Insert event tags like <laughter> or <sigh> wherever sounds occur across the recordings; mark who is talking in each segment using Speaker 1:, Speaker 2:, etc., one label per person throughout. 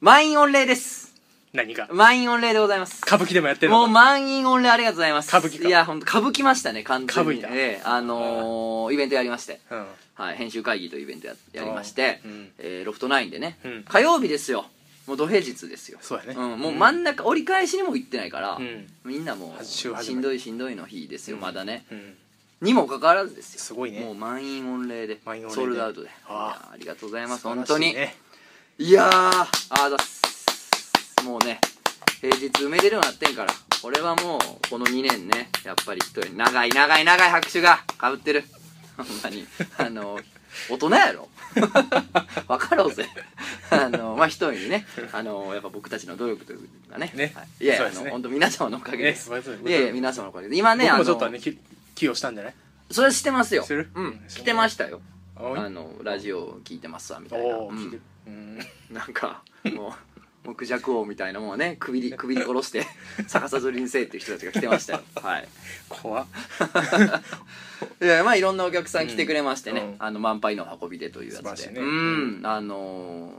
Speaker 1: 満員御礼です
Speaker 2: 何が
Speaker 1: 満員御礼でございます
Speaker 2: 歌舞伎でもやってる
Speaker 1: もう
Speaker 2: のか
Speaker 1: 満員御礼ありがとうございます
Speaker 2: 歌舞伎か
Speaker 1: いや本当歌舞伎ましたね完全に
Speaker 2: 歌舞伎だ
Speaker 1: ええあのーイベントやりまして、
Speaker 2: うん
Speaker 1: はい、編集会議というイベントややりまして、
Speaker 2: うん
Speaker 1: えーロフト9でね、
Speaker 2: うん
Speaker 1: 火曜日ですよもう土平日ですよ
Speaker 2: そうやね
Speaker 1: ん、もう真ん中、折り返しにも行ってないから、
Speaker 2: うん
Speaker 1: みんなもう
Speaker 2: 週始
Speaker 1: し
Speaker 2: め
Speaker 1: んどいしんどいの日ですよ、まだね
Speaker 2: うん
Speaker 1: にもかかわらずですよ
Speaker 2: すごいね
Speaker 1: もう満員御礼で
Speaker 2: 満員御礼で
Speaker 1: ソールドアウトでいや
Speaker 2: あ
Speaker 1: ありがとうございます
Speaker 2: 素晴
Speaker 1: 本
Speaker 2: らしい
Speaker 1: 当に
Speaker 2: ね
Speaker 1: いやーああだっすもうね平日埋めれるようになってんからこれはもうこの2年ねやっぱり一人長い長い長い拍手がかぶってるほんまにあの大人やろ <laughs> わかろうぜあのまあ一人にねあのやっぱ僕たちの努力というかね
Speaker 2: ね
Speaker 1: はい、いやい
Speaker 2: そう
Speaker 1: や、あ
Speaker 2: ですね
Speaker 1: の本当皆様のおかげです、
Speaker 2: ねそうです
Speaker 1: い
Speaker 2: ね
Speaker 1: やいや皆様のおかげで今 <laughs> ねあ
Speaker 2: 僕も
Speaker 1: の
Speaker 2: ちょっとねき寄与したんじゃない
Speaker 1: それしてますよ
Speaker 2: してる
Speaker 1: うん来てましたよ
Speaker 2: おい
Speaker 1: あのラジオ聞いてますわみたいな、
Speaker 2: お
Speaker 1: う
Speaker 2: ー聞いて
Speaker 1: ん
Speaker 2: る、うん
Speaker 1: なんかもうもうクジャク王みたいなもんはね首に首に殺して逆さずりにせえっていう人たちが来てました
Speaker 2: <laughs>
Speaker 1: よはい <laughs>
Speaker 2: 怖っ
Speaker 1: いやまあいろんなお客さん来てくれましてね、
Speaker 2: うん
Speaker 1: あの満杯の運びでというや
Speaker 2: 素晴ら
Speaker 1: つ
Speaker 2: し
Speaker 1: で、
Speaker 2: いね
Speaker 1: うんあのー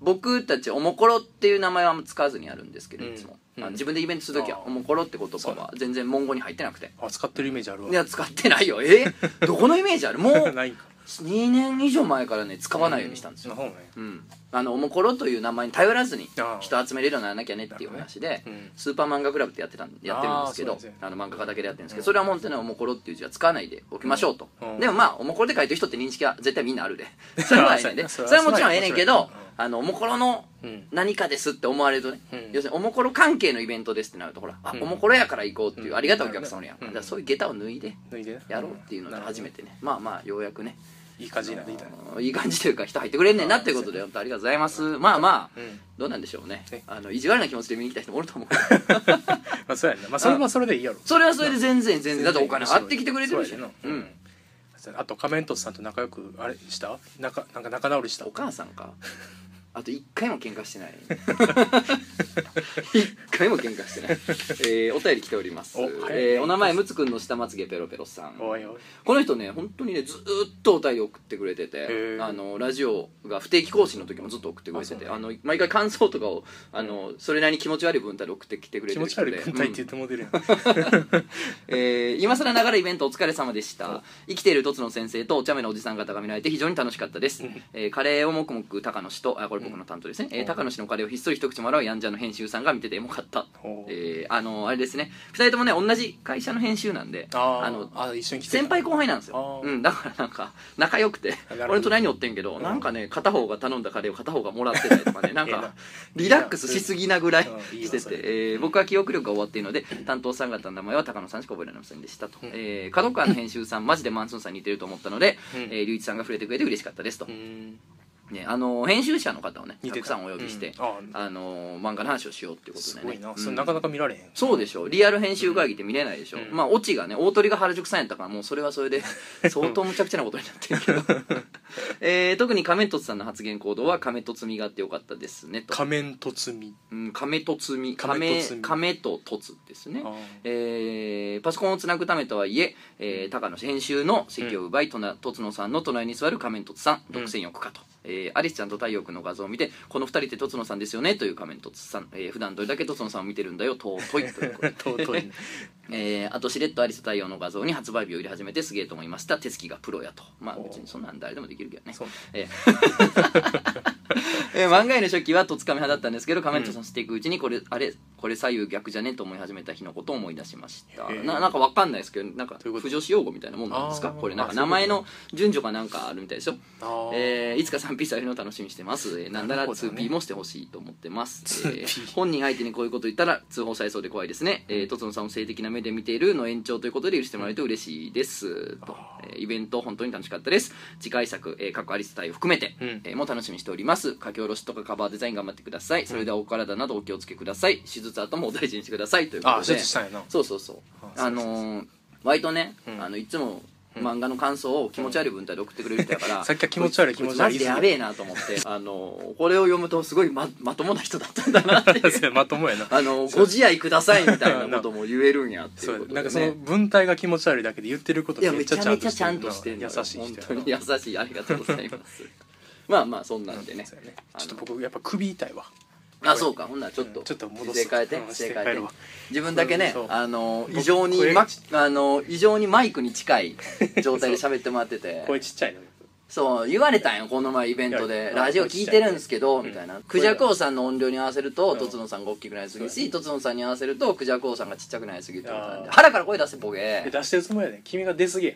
Speaker 1: 僕たちおもころっていう名前は使わずにやるんですけど、
Speaker 2: うん
Speaker 1: いつも、
Speaker 2: う
Speaker 1: あ
Speaker 2: ん
Speaker 1: の自分でイベントするとき
Speaker 2: あ
Speaker 1: は
Speaker 2: ー
Speaker 1: おもころって言葉は全然文言に入ってなくて
Speaker 2: あ使ってるイメージあるわ
Speaker 1: いや使ってないよえどこのイメージあるもう
Speaker 2: <laughs> ないんか
Speaker 1: 2年以上前からね使わないようにしたんですよ
Speaker 2: そうね
Speaker 1: うん、あのおもころという名前に頼らずに
Speaker 2: あー
Speaker 1: 人集めれるようにならなきゃねっていう話で、
Speaker 2: うん
Speaker 1: スーパー漫画クラブってやってたんやってるんですけど
Speaker 2: あーそうなんです
Speaker 1: あの漫画家だけでやってるんですけど、
Speaker 2: うん
Speaker 1: それは本当におもころっていう字は使わないでおきましょうと、
Speaker 2: うんうん
Speaker 1: でもまあおもころで書いてる人って認識は絶対みんなある
Speaker 2: <laughs>
Speaker 1: でそれはええねんで
Speaker 2: そ
Speaker 1: そ
Speaker 2: れ
Speaker 1: れ
Speaker 2: は
Speaker 1: はもちろんええねんけど
Speaker 2: それは面白い
Speaker 1: あのおもころの
Speaker 2: うん
Speaker 1: 何かですって思われるとね、
Speaker 2: うん
Speaker 1: 要するにおもころ関係のイベントですってなるとほら、あ
Speaker 2: うん
Speaker 1: おもころやから行こうっていう、
Speaker 2: うん
Speaker 1: ありがたいお客さんおるやん、
Speaker 2: うん
Speaker 1: だからそういう下駄を脱いで
Speaker 2: 脱いでな
Speaker 1: やろうっていうので初めてね、まあまあようやくね
Speaker 2: いい感じになってきたね
Speaker 1: あのいい感じというか人入ってくれんねんなっていうことで本当ありがとうございますまあまあ、
Speaker 2: うん
Speaker 1: どうなんでしょうね
Speaker 2: ね
Speaker 1: あの意地悪な気持ちで見に来た人もおると思う
Speaker 2: まあそうやんなまあそれはそれでいいやろ
Speaker 1: <laughs> それはそれで全然
Speaker 2: <laughs>
Speaker 1: 全然だってお金
Speaker 2: 面
Speaker 1: 払
Speaker 2: 白い
Speaker 1: ってきてくれてるし
Speaker 2: そうやね
Speaker 1: うん
Speaker 2: あと仮面凸さんと仲良くあれした仲なんか仲直りした
Speaker 1: お母さん
Speaker 2: <laughs>
Speaker 1: かあと一回も喧嘩してない一回も喧嘩してない、えーお便り来ております
Speaker 2: お
Speaker 1: お,、
Speaker 2: はい
Speaker 1: えーお名前むつくんの下まつげペロペロさん
Speaker 2: おいおい
Speaker 1: この人ね本当にねずーっとお便り送ってくれてて
Speaker 2: ー
Speaker 1: あのラジオが不定期更新の時もずっと送ってくれててあ、の毎回感想とかをあのそれなりに気持ち悪い文体で送ってきてくれ
Speaker 2: 気
Speaker 1: て
Speaker 2: 持
Speaker 1: る
Speaker 2: ち
Speaker 1: 人
Speaker 2: 悪
Speaker 1: で
Speaker 2: い文体って言ってもう
Speaker 1: <laughs>
Speaker 2: てるやん
Speaker 1: うんえー今更ながらイベントお疲れ様でした生きているとつの先生とお茶目のおじさん方が見られて非常に楽しかったです、えーカレーをもくもく高野氏とあこれ僕の担当ですね、えー高野氏のカレーをひっそり一口もらうやんじゃの編集さんが見ててエモかった
Speaker 2: ほう
Speaker 1: えーあのあれですね2人ともね同じ会社の編集なんで
Speaker 2: あー
Speaker 1: の
Speaker 2: あ一緒に来てた
Speaker 1: 先輩後輩なんですよ
Speaker 2: あ、ー
Speaker 1: うん、だからなんか仲良くて
Speaker 2: なるほど
Speaker 1: 俺と何おってんけどなんかね片方が頼んだカレーを片方がもらってたりとかねなん
Speaker 2: <laughs> ええ
Speaker 1: か
Speaker 2: な
Speaker 1: リラックスしすぎなぐらい
Speaker 2: うんいいわ
Speaker 1: して
Speaker 2: そ
Speaker 1: て
Speaker 2: れ
Speaker 1: えー僕は記憶力が終わっているので担当さん方の名前は高野さんしか覚えられませんでしたと
Speaker 2: うん
Speaker 1: えー角川の編集さんマジでマンスーンさんに似てると思ったので
Speaker 2: うん
Speaker 1: えー龍一さんが触れてくれて嬉しかったですと
Speaker 2: う、ん
Speaker 1: ね、あの編集者の方をね
Speaker 2: 似
Speaker 1: た
Speaker 2: て
Speaker 1: くさんお呼びして
Speaker 2: うんあー
Speaker 1: あの漫画の話をしようっていうこと
Speaker 2: す
Speaker 1: で
Speaker 2: ご
Speaker 1: ね
Speaker 2: いな
Speaker 1: うん
Speaker 2: それなかなか見られへん
Speaker 1: そうでしょリアル編集会議って見れないでしょ、
Speaker 2: うん
Speaker 1: まあオチがね大鳥が原宿さんやったからもうそれはそれで相当むちゃくちゃなことになってるけど、えー特に亀凸さんの発言行動は亀凸みがあってよかったですねと、
Speaker 2: 仮面凸み
Speaker 1: うん、亀凸み
Speaker 2: 亀
Speaker 1: 亀
Speaker 2: 凸み
Speaker 1: 亀と凸ですね
Speaker 2: あー
Speaker 1: えーパソコンをつなぐためとはいええー高野編集の席を奪い、とな凸野さんの隣に座る仮面凸さん独占欲かと、えーアリスちゃんと太陽君の画像を見てこの二人って凸野さんですよねという仮面凸さん、えー普段どれだけ凸野さんを見てるんだよ尊いというこ
Speaker 2: <laughs>
Speaker 1: とで
Speaker 2: 尊いね
Speaker 1: えーあとしれっとアリスと太陽の画像に発売日を入れ始めてすげえと思いました手つきがプロやとまあ
Speaker 2: おう
Speaker 1: 別に <laughs> そんなん誰でもできるけどね
Speaker 2: そう
Speaker 1: えー <laughs> えー漫画への初期はとつかみ派だったんですけど仮面とさせていくうちにこれ、あれこれ左右逆じゃねと思い始めた日のことを思い出しました、
Speaker 2: へー
Speaker 1: ななんかわかんないですけどなんか
Speaker 2: ういうこと
Speaker 1: 不助詞用語みたいなもんなんですか
Speaker 2: あー
Speaker 1: これなんか
Speaker 2: あそ
Speaker 1: 名
Speaker 2: ういうこと
Speaker 1: 前の順序がなんかあるみたいですよ
Speaker 2: あー
Speaker 1: えーいつか 3P されるのを楽しみにしてます、えーなんなら
Speaker 2: なるほどね
Speaker 1: 2P もしてほしいと思ってます、えー
Speaker 2: 2P
Speaker 1: 本人相手にこういうこと言ったら通報されそうで怖いですね、えー、とつのさんを性的な目で見ているの延長ということで許してもらえると嬉しいですと、えーイベント本当に楽しかったです次回作、えー、過去アリス対を含めて、
Speaker 2: うん
Speaker 1: えーもう楽しみにしております書き下ろしとかカバーデザイン頑張ってくださいそれではお体などお気をつけください手術後もお大事にしてくださいということ
Speaker 2: あ
Speaker 1: で
Speaker 2: ー手術したんやな
Speaker 1: そうそうそう
Speaker 2: あそう
Speaker 1: あのー割とね、
Speaker 2: うん
Speaker 1: あのいつも漫画の感想を気持ち悪い文体で送ってくれる人やから、
Speaker 2: さっきは気持ち悪い
Speaker 1: こつ
Speaker 2: 気持ち悪
Speaker 1: マ
Speaker 2: い
Speaker 1: ジでやべえなと思
Speaker 2: <laughs>
Speaker 1: ってあのこれを読むとすごいままともな人だったんだなって
Speaker 2: <laughs> それまともやな
Speaker 1: あのご自愛くださいみたいなことも言えるんやってい
Speaker 2: そう
Speaker 1: こ
Speaker 2: う
Speaker 1: とで、ね、
Speaker 2: なんかその文体が気持ち悪いだけで言ってること
Speaker 1: いや
Speaker 2: め
Speaker 1: め
Speaker 2: っち
Speaker 1: ち
Speaker 2: ゃ
Speaker 1: ゃ
Speaker 2: ちゃん
Speaker 1: めち
Speaker 2: と
Speaker 1: ゃ
Speaker 2: し
Speaker 1: ち
Speaker 2: て
Speaker 1: ゃ
Speaker 2: る
Speaker 1: んとしてんのよ
Speaker 2: 優しい人やな
Speaker 1: 本
Speaker 2: <laughs>
Speaker 1: 当に優しいありがとうございますまあまあそんなんでね
Speaker 2: そうや
Speaker 1: あの
Speaker 2: ちょっと僕やっぱ首痛いわ
Speaker 1: あそうかほんならちょっと
Speaker 2: うんちょっと戻す
Speaker 1: 姿勢変えて
Speaker 2: うん
Speaker 1: 姿勢
Speaker 2: 姿勢
Speaker 1: 変え
Speaker 2: 変え
Speaker 1: て
Speaker 2: るわ
Speaker 1: 自分だけね
Speaker 2: そう
Speaker 1: あの
Speaker 2: 僕
Speaker 1: 異常に
Speaker 2: 声
Speaker 1: ま
Speaker 2: が
Speaker 1: あの異常にマイクに近い状態で喋ってもらって
Speaker 2: <laughs>
Speaker 1: て
Speaker 2: 声ちっちゃいの
Speaker 1: そう言われたんよこの前イベント
Speaker 2: い
Speaker 1: で
Speaker 2: や
Speaker 1: ラジオ聞いてるんですけどみたいな
Speaker 2: うん
Speaker 1: クジャコウさんの音量に合わせると
Speaker 2: ん
Speaker 1: とつのさんが大きくなりすぎる
Speaker 2: そうや
Speaker 1: しとつのさんに合わせるとクジャコウさんがちっちゃくなりすぎるってことなんで
Speaker 2: あー
Speaker 1: 腹から声出せボケ
Speaker 2: え出してるつもりやねん君が出すぎや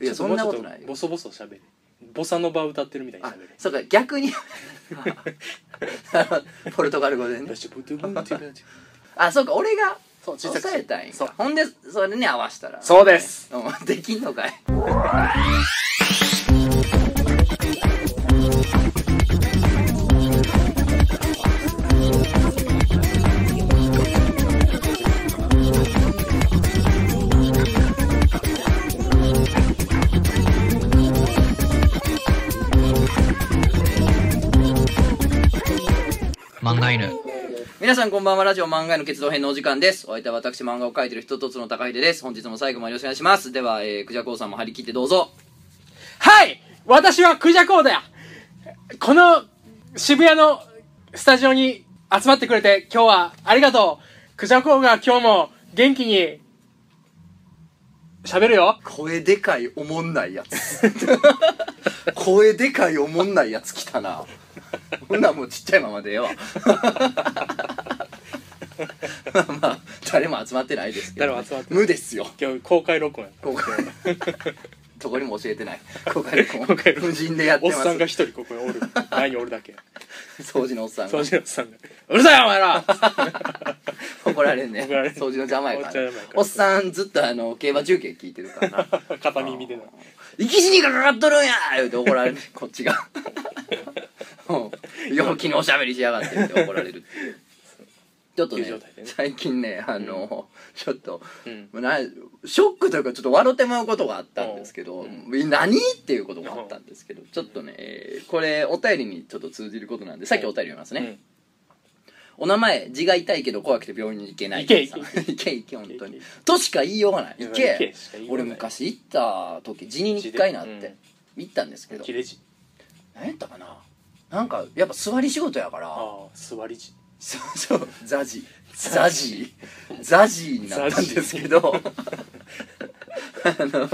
Speaker 1: いやそんなことない
Speaker 2: ちょっもうちょっ
Speaker 1: よ
Speaker 2: ボソボソ喋るボサノバ歌ってるみたいに
Speaker 1: あ
Speaker 2: 喋る
Speaker 1: そうか逆に <laughs>
Speaker 2: <laughs>
Speaker 1: あのポルトガル語でね
Speaker 2: ブトゥブンティブンティ
Speaker 1: あそうか俺が
Speaker 2: そう小さく
Speaker 1: 抑えたいん
Speaker 2: そう
Speaker 1: かほんでそれに合わせたら
Speaker 2: そうです
Speaker 1: うんできんのかい
Speaker 3: 漫画犬
Speaker 1: 皆さんこんばんはラジオ漫画への決動編のお時間ですお相手は私漫画を描いてる一つの高秀です本日も最後までよろしくお願いしますでは、えー、クジャコウさんも張り切ってどうぞ
Speaker 2: はい私はクジャコウだこの渋谷のスタジオに集まってくれて今日はありがとうクジャコウが今日も元気に喋るよ
Speaker 1: 声でかいおもんないやつ声でかいおもんないやつ来たなほんならもうちっちゃいままでええわまあまあ誰も集まってないですけど、
Speaker 2: 誰も集まって
Speaker 1: 無ですよ
Speaker 2: 今日公開録音や
Speaker 1: 公開どこにも教えてない公開録音
Speaker 2: 公開録音
Speaker 1: 無人でやって
Speaker 2: おっ
Speaker 1: ます
Speaker 2: さんが一人ここに <laughs> おる前におるだけ
Speaker 1: 掃除のおっさんが
Speaker 2: 掃除のおっさんが「うるさいお前ら!」
Speaker 1: 怒られんね
Speaker 2: 怒られん
Speaker 1: 掃除の邪魔やから,、
Speaker 2: おっちゃん邪魔やから
Speaker 1: おっさんずっとあの競馬中継聞いてるからな
Speaker 2: <laughs> 片耳でな
Speaker 1: 生き死にがかかっとるんや言うて怒られ
Speaker 2: <laughs>
Speaker 1: るこっちがうん陽気におしゃべりしやがってって怒られるっていうちょっとね
Speaker 2: いう状態でね
Speaker 1: 最近ねあの、ちょっと、
Speaker 2: うん
Speaker 1: なショックというかちょっと笑ってまうことがあったんですけど、何っていうことがあったんですけどちょっとね、えーこれお便りにちょっと通じることなんでさっきお便り読みますね、お名前字が痛いけど怖くて病院に行けない
Speaker 2: 行け行
Speaker 1: け <laughs> 行け行け本当に
Speaker 2: 行け
Speaker 1: としか言いようがない行
Speaker 2: いや行
Speaker 1: け
Speaker 2: けしか言いよう
Speaker 1: 俺
Speaker 2: がない
Speaker 1: 昔行った時辞任に1回なっ
Speaker 2: うん
Speaker 1: て行ったんですけど
Speaker 2: 切れ字
Speaker 1: 何やったかななんかやっぱ座り仕事やから
Speaker 2: ああ座り字
Speaker 1: そうそうザジザジザジになったんですけ <laughs> どあ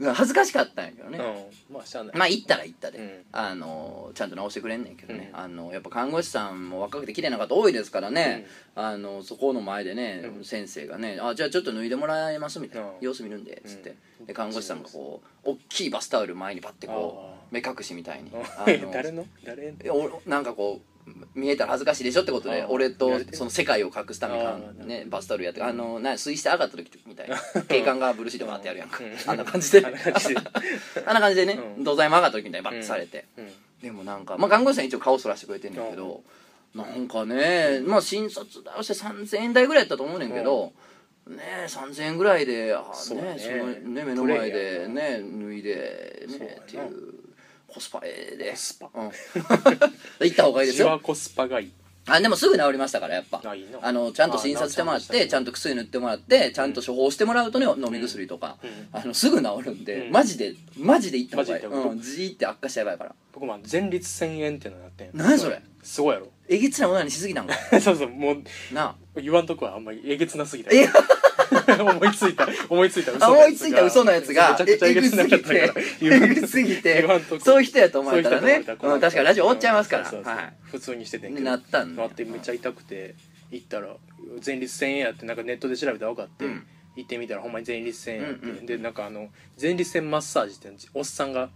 Speaker 1: の恥ずかしかったんやけど
Speaker 2: う
Speaker 1: ね、
Speaker 2: んまあしゃあない
Speaker 1: まあ行ったら行ったで、
Speaker 2: うん
Speaker 1: あのちゃんと直してくれんねんけどね、
Speaker 2: うん
Speaker 1: あのやっぱ看護師さんも若くて綺麗な方多いですからね、あのそこの前でね、
Speaker 2: うん
Speaker 1: 先生がね「あじゃあちょっと脱いでもらえます」みたいな
Speaker 2: うん
Speaker 1: 「様子見るんで」っつって、
Speaker 2: うん
Speaker 1: で看護師さんがこう大きいバスタオル前にパッてこ
Speaker 2: あ
Speaker 1: う目隠しみたいにあの
Speaker 2: <laughs> 誰の誰の
Speaker 1: えおなんかこう見えたら恥ずかしいでしょってことで
Speaker 2: あー
Speaker 1: 俺と
Speaker 2: やれてる
Speaker 1: その世界を隠すために
Speaker 2: あー
Speaker 1: ね、バスタオルやってあのな水して上がった時みた
Speaker 2: <laughs>
Speaker 1: いな警官がブルーシートバーってやるやんか、
Speaker 2: うん
Speaker 1: あんな感じで
Speaker 2: あんな感じで
Speaker 1: <laughs> あんな感じでね、
Speaker 2: うん
Speaker 1: 土台も上がった時みたいにバッてされて、
Speaker 2: うん
Speaker 1: でもなんか、まあ、看護師さん一応顔そらしてくれてんねんけど、なんかね、まあ新卒だして3000円台ぐらいやったと思うねんけど、ねえ3000円ぐらいであ
Speaker 2: そう
Speaker 1: ね
Speaker 2: やね
Speaker 1: そのね目の前
Speaker 2: プレイヤ
Speaker 1: で
Speaker 2: ー
Speaker 1: ね脱いで
Speaker 2: そうや
Speaker 1: ね
Speaker 2: な
Speaker 1: っていうコスパええで
Speaker 2: コスパ
Speaker 1: うん、 <laughs> 行った方がいいです
Speaker 2: シワ
Speaker 1: よ
Speaker 2: コスパがいい
Speaker 1: あでもすぐ治りましたからやっぱ
Speaker 2: あいいな
Speaker 1: あのちゃんと診察してもらっ
Speaker 2: あな
Speaker 1: て
Speaker 2: ん
Speaker 1: ちゃんと薬塗ってもらってちゃんと処方してもらうとね飲み薬とか、
Speaker 2: うん
Speaker 1: あのすぐ治るんで、
Speaker 2: うん
Speaker 1: マジでマジで行った方がいい、
Speaker 2: マジで行った方
Speaker 1: う
Speaker 2: がいい
Speaker 1: ん、じーって悪化しちゃえばやから
Speaker 2: 僕も前立腺炎ってのやってん
Speaker 1: 何それ
Speaker 2: すごいやろ
Speaker 1: <laughs> えげつないオナニーしすぎなんか
Speaker 2: そうそうもう
Speaker 1: な
Speaker 2: 言わんとこはあんまりえげつなすぎた
Speaker 1: え
Speaker 2: <laughs> 思いついた思いついた嘘
Speaker 1: あ
Speaker 2: の
Speaker 1: 思い
Speaker 2: やつが
Speaker 1: ついた嘘のやつが
Speaker 2: めちゃくちゃえ
Speaker 1: え
Speaker 2: げ
Speaker 1: ぐ
Speaker 2: つ
Speaker 1: す
Speaker 2: な
Speaker 1: ぎ
Speaker 2: かった
Speaker 1: て
Speaker 2: から
Speaker 1: えぐすぎて
Speaker 2: 言わんとこ
Speaker 1: そういう人やと思われたらね
Speaker 2: そういう人と思わ
Speaker 1: うん、
Speaker 2: れたら困る
Speaker 1: 確かにラジオ終わっちゃいますから
Speaker 2: そうそうそう
Speaker 1: はい
Speaker 2: 普通にしててんけど
Speaker 1: なったんだ
Speaker 2: なってめっちゃ痛くて行ったら前立腺炎やってなんかネットで調べたら分かって、
Speaker 1: うん
Speaker 2: 行ってみたらほんまに前立腺炎やって、
Speaker 1: うんうん
Speaker 2: でなんかあの前立腺マッサージっておっさんが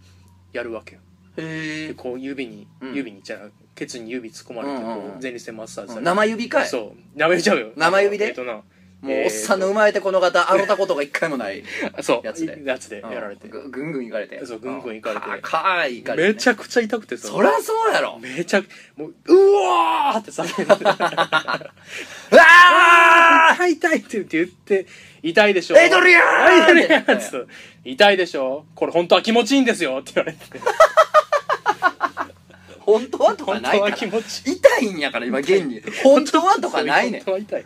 Speaker 2: やるわけよ
Speaker 1: へ
Speaker 2: でこう指に、
Speaker 1: うん
Speaker 2: 指にじゃあケツに指突っ込まれて
Speaker 1: うんうんうん
Speaker 2: こう前立腺マッサージされて
Speaker 1: 生指かい
Speaker 2: そう舐めちゃうよ
Speaker 1: 生指で
Speaker 2: えっとな
Speaker 1: もうおっさんの生まれてこの方あろたことが一回もない
Speaker 2: そう
Speaker 1: や
Speaker 2: や
Speaker 1: つ
Speaker 2: つ
Speaker 1: で
Speaker 2: で <laughs> や
Speaker 1: うん
Speaker 2: られて
Speaker 1: ぐぐんぐんいかれて
Speaker 2: そうぐんぐんいかれて
Speaker 1: うんかかーいいかれてね
Speaker 2: めちゃくちゃ痛くてさ
Speaker 1: そりゃそうやろ
Speaker 2: めちゃくもううわーって叫んで
Speaker 1: <laughs> うわ
Speaker 2: あー痛いって言って言って痛いでしょ
Speaker 1: エイドリアン
Speaker 2: エイドリアンって言って痛いでしょこれ本当は気持ちいいんですよって言われ
Speaker 1: <laughs>
Speaker 2: て <laughs>
Speaker 1: ー本当はとか
Speaker 2: 本
Speaker 1: ない
Speaker 2: 当
Speaker 1: か
Speaker 2: は
Speaker 1: ら
Speaker 2: 気持ちいい
Speaker 1: 痛いんやから今現
Speaker 2: <laughs>
Speaker 1: に本当はとかないねん
Speaker 2: 本当は痛い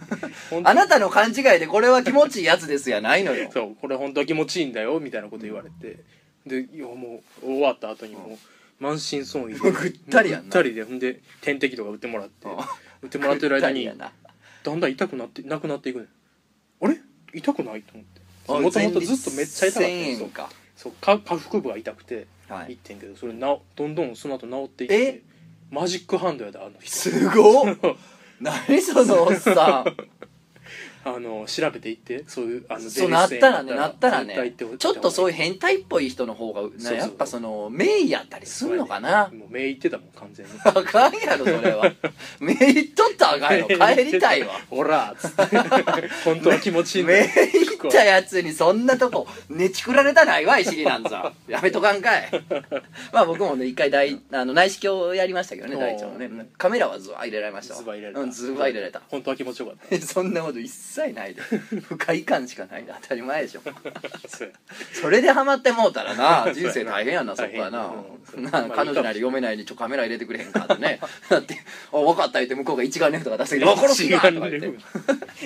Speaker 2: 本当
Speaker 1: あなたの勘違いでこれは気持ちいいやつですやないのよ
Speaker 2: そうこれ本当は気持ちいいんだよみたいなこと言われてでいやもう終わった後にもう満身創
Speaker 1: <laughs>
Speaker 2: 痍
Speaker 1: ぐったりやんな
Speaker 2: ぐったりでほんで点滴とか打ってもらって
Speaker 1: うん
Speaker 2: 打ってもらってる間に
Speaker 1: ぐったりやな
Speaker 2: だんだん痛くなってなくなっていくねんあれ痛くないと思
Speaker 1: あ
Speaker 2: ってもともとずっとめっちゃ痛かったん
Speaker 1: 前
Speaker 2: です
Speaker 1: 立
Speaker 2: よ
Speaker 1: 腺か
Speaker 2: そうか下腹部が痛くて
Speaker 1: はい
Speaker 2: 行ってんけど、それなどんどんその後治っていって
Speaker 1: え
Speaker 2: マジックハンドやであの人 <laughs>
Speaker 1: すごっ何そのおっさん
Speaker 2: あの調べていってそういうあの
Speaker 1: そうなったらねなったらねちょっとそう
Speaker 2: う
Speaker 1: いう変態っぽい人の方がな
Speaker 2: そう
Speaker 1: やっぱその名医やったりすんのかな
Speaker 2: もう目いってたもん完全に
Speaker 1: あかんやろそれ
Speaker 2: <laughs>
Speaker 1: は名医とったらあかんやろ帰りたいわ
Speaker 2: ほらっつって
Speaker 1: <laughs>
Speaker 2: 本当は気持ちいいんだ
Speaker 1: 名
Speaker 2: よ
Speaker 1: 医行ったやつにそんなとこねちくられたないわい尻なん
Speaker 2: <laughs>
Speaker 1: ざやめとかんかいまあ僕もね一回大あの内視鏡やりましたけどね
Speaker 2: おー
Speaker 1: 大腸のねカメラはズバ入れられましたわ
Speaker 2: ズバ入れられた
Speaker 1: うんズバ入れられ
Speaker 2: <laughs>
Speaker 1: た
Speaker 2: 本当は気持ちよかっ
Speaker 1: そんなこと一切ないで不快感しかないで当たり前でしょ
Speaker 2: たそう
Speaker 1: それでハマってもうたらな
Speaker 2: <laughs> そうや
Speaker 1: 人生
Speaker 2: な
Speaker 1: 大変やなそ
Speaker 2: 大
Speaker 1: こ
Speaker 2: 変
Speaker 1: はな,、
Speaker 2: うん
Speaker 1: な
Speaker 2: まあいいかも
Speaker 1: 彼女なり嫁なりにちょカメラ入れてくれへんかってね <laughs> だって「あ分かった」言って向こうが一眼レフとか出してきて「あ殺 <laughs> すな!」とか言って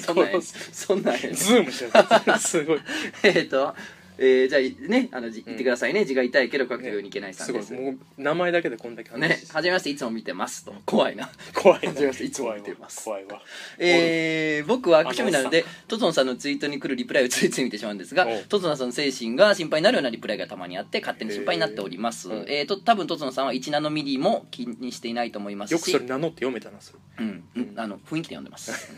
Speaker 1: そんなんやねんそんなんやねん
Speaker 2: ズームしてたすごい
Speaker 1: えっとえーじゃあねあのじ言ってくださいね、字が痛いけど書くようにいけないさ
Speaker 2: す
Speaker 1: ん
Speaker 2: ご
Speaker 1: で
Speaker 2: い
Speaker 1: す
Speaker 2: もう名前だけでこんだけ話
Speaker 1: ね
Speaker 2: して
Speaker 1: はじめましていつも見てますと怖いな
Speaker 2: 怖いな
Speaker 1: はじめましていつも見てます
Speaker 2: 怖いわ
Speaker 1: えー、僕は悪趣味なのでトトンさんのツイートに来るリプライをついつい見てしまうんですが
Speaker 2: おう
Speaker 1: トトンさんの精神が心配になるようなリプライがたまにあって勝手に心配になっております
Speaker 2: へ
Speaker 1: え
Speaker 2: ー
Speaker 1: ーと多分トトンさんは1ナノミリも気にしていないと思い <laughs> ます
Speaker 2: よく
Speaker 1: し
Speaker 2: それ名乗って読めたなそれ
Speaker 1: うん、うんあの雰囲気で読んでます、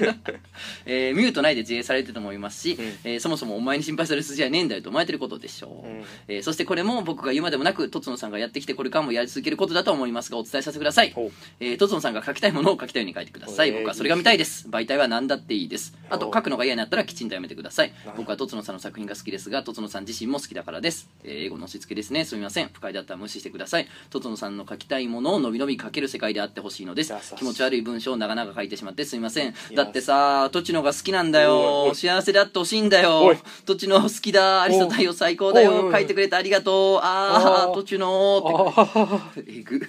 Speaker 1: <laughs> えーミュートないで自衛されてると思いますし、
Speaker 2: ん
Speaker 1: えーそもそもお前に心配される筋合いねえんだよと思われてることでしょう、
Speaker 2: うん
Speaker 1: えーそしてこれも僕が言うまでもなくとつのさんがやってきてこれからもやり続けることだと思いますがお伝えさせてください
Speaker 2: ほう
Speaker 1: えー、とつのさんが書きたいものを書きたいように書いてください、
Speaker 2: えー
Speaker 1: 僕はそれが見たいです媒体は何だっていいですあ
Speaker 2: ほ
Speaker 1: と
Speaker 2: う
Speaker 1: 書くのが嫌になったらきちんとやめてください
Speaker 2: ほど
Speaker 1: 僕はとつのさんの作品が好きですがとつのさん自身も好きだからです、えー英語の押し付けですねすみません不快だったら無視してくださいとつのさんの書きたいものをのびのび書ける世界であってほしいのです
Speaker 2: 優しい
Speaker 1: 気持ち悪い文章を長々書いてしまってすみません
Speaker 2: や
Speaker 1: だってさとちのが好きなんだ
Speaker 2: おいお
Speaker 1: よ
Speaker 2: い
Speaker 1: 幸せであってほしいんだ
Speaker 2: お
Speaker 1: よ
Speaker 2: い
Speaker 1: とちの好きだありそうだよ最高だ
Speaker 2: おいおいお
Speaker 1: よ
Speaker 2: い
Speaker 1: 書いてくれてありがとうあ
Speaker 2: あー
Speaker 1: あとちの
Speaker 2: あ
Speaker 1: ってえぐ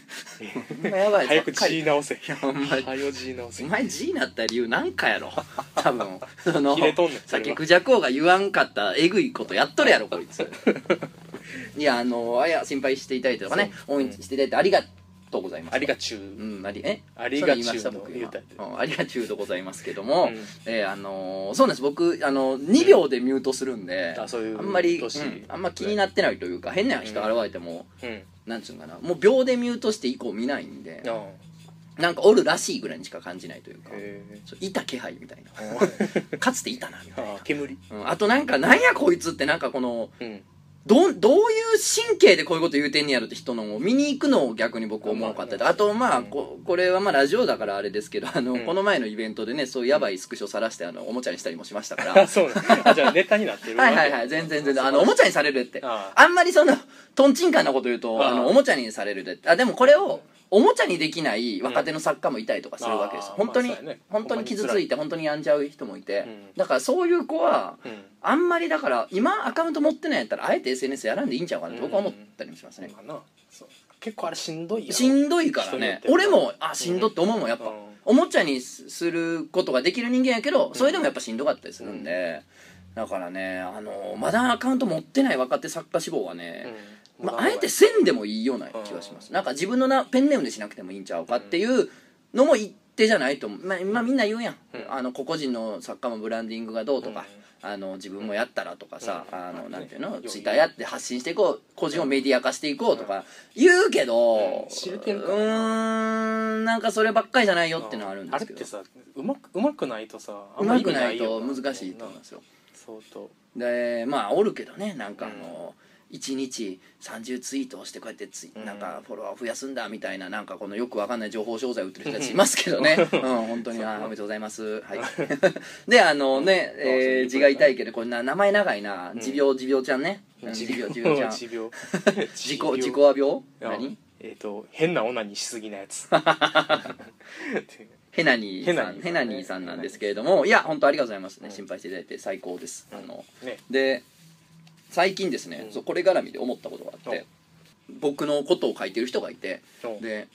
Speaker 1: ほんまやばいぞ
Speaker 2: 早く字直せ
Speaker 1: ほんまに
Speaker 2: 早よ字直せ
Speaker 1: お前 G になった理由なんかやろ <laughs> 多
Speaker 2: <laughs>
Speaker 1: 分その
Speaker 2: 切れとんねんそ
Speaker 1: さっ
Speaker 2: れは
Speaker 1: きクジャコウが言わんかったえぐいことやっとるやろこい
Speaker 2: <laughs>
Speaker 1: ついやあのあいや心配していただいてとかね応援していただいてありがとうございます
Speaker 2: ありがちゅう
Speaker 1: うん、ありえ
Speaker 2: ありがちゅう
Speaker 1: それ言いました
Speaker 2: の
Speaker 1: 僕
Speaker 2: 言
Speaker 1: 今
Speaker 2: うたや
Speaker 1: うんありがちゅうでございますけども、
Speaker 2: うん
Speaker 1: えーあのーそうなんです僕、あのー、2秒でミュートするんで、
Speaker 2: あそういう
Speaker 1: あんまり、
Speaker 2: 年
Speaker 1: うんあんま気になってないというか変な人現れても、
Speaker 2: うん
Speaker 1: なんつうんかなもう秒でミュートして以降見ないんで
Speaker 2: ああ
Speaker 1: なんかおるらしいぐらいにしか感じないというか
Speaker 2: へえ
Speaker 1: そういた気配みたいな
Speaker 2: あ
Speaker 1: かつていたなみたい
Speaker 2: あ煙
Speaker 1: な、うんあとなんかなんやこいつってなんかこの
Speaker 2: うん
Speaker 1: どんどういう神経でこういうこと言うてんねやろって人のを見に行くのを逆に僕思うかったり
Speaker 2: まあ
Speaker 1: あとまあ
Speaker 2: うん
Speaker 1: ここれはまあラジオだからあれですけどあの、
Speaker 2: うん
Speaker 1: この前のイベントでねそういうやばいスクショさらしてあのおもちゃにしたりもしましたから
Speaker 2: あそうなんだあじゃあネタになってる
Speaker 1: はいはいはい全然全然あのおもちゃにされるって
Speaker 2: あ
Speaker 1: あんまりそのとんちんかんなこと言うと
Speaker 2: ああ
Speaker 1: あのおもちゃにされるであでもこれをおもちゃにできない若手の作家もいたりとかするわけですよ
Speaker 2: ああ
Speaker 1: 本当に、
Speaker 2: まあそうやね
Speaker 1: 本当に傷ついて本当に病んじゃう人もいて、
Speaker 2: うん
Speaker 1: だからそういう子は
Speaker 2: うん
Speaker 1: あんまりだから今アカウント持ってないんやったらあえて SNS やらんでいいんちゃうかなって僕は思ったりもしますね
Speaker 2: そう、かなそう結構あれしんどいやろ
Speaker 1: しんどいから
Speaker 2: 人によっ
Speaker 1: ね
Speaker 2: ては
Speaker 1: 俺もあしんどって思うもんやっぱ、
Speaker 2: うん
Speaker 1: おもちゃにすすることができる人間やけどそれでもやっぱしんどかったりするんで、だからねあのまだアカウント持ってない若手作家志望はね、
Speaker 2: うん
Speaker 1: まあ、あえてせんでもいいような気がします、なんか自分のなペンネームでしなくてもいいんちゃうかっていうのも一定じゃないと思う、まあ、まあみんな言うやん、
Speaker 2: うん
Speaker 1: あの個々人の作家もブランディングがどうとか、あの自分もやったらとかさ、
Speaker 2: うん
Speaker 1: あのなんていう
Speaker 2: う
Speaker 1: の
Speaker 2: ん
Speaker 1: ツイッターやって発信していこう個人をメディア化していこうとか言うけど、
Speaker 2: うん知れてるか
Speaker 1: う
Speaker 2: ら
Speaker 1: ーんなんかそればっかりじゃないよってのはあるんで
Speaker 2: あ
Speaker 1: す
Speaker 2: れっ
Speaker 1: け
Speaker 2: て
Speaker 1: ど
Speaker 2: さうまくうまくないとさあ
Speaker 1: うん
Speaker 2: ま
Speaker 1: ま
Speaker 2: 意
Speaker 1: く
Speaker 2: 味
Speaker 1: ないと
Speaker 2: よ
Speaker 1: 難しいと思いますよ
Speaker 2: 相当
Speaker 1: でまあおるけどねなんかあの、1日30ツイートをしてこうやってツイ
Speaker 2: うん
Speaker 1: なんかフォロワー増やすんだみたいななんかこのよくわかんない情報商材売ってる人たちいますけどね、うん、本当にあーおめでとうございます、はい、 <laughs> であのね、えー字が痛いけどこれな名前長いな持病持病ちゃんね持病持
Speaker 2: <laughs>
Speaker 1: 病ちゃん自
Speaker 2: 持
Speaker 1: 己
Speaker 2: 病
Speaker 1: <laughs> 自己
Speaker 2: 持病
Speaker 1: 破病
Speaker 2: あ
Speaker 1: 何
Speaker 2: えっと変なオナにしすぎな
Speaker 1: <laughs>
Speaker 2: やつ
Speaker 1: ヘナニーさん
Speaker 2: ヘ
Speaker 1: ヘナ
Speaker 2: ナニ
Speaker 1: ニ
Speaker 2: ーさんね
Speaker 1: ーさんなんですけれどもいや本当ありがとうございますね、
Speaker 2: うん
Speaker 1: 心配していただいて最高です、あの
Speaker 2: ね
Speaker 1: で最近ですね、
Speaker 2: うん
Speaker 1: そうこれ絡みで思ったことがあって僕のことを書いてる人がいて
Speaker 2: お
Speaker 1: で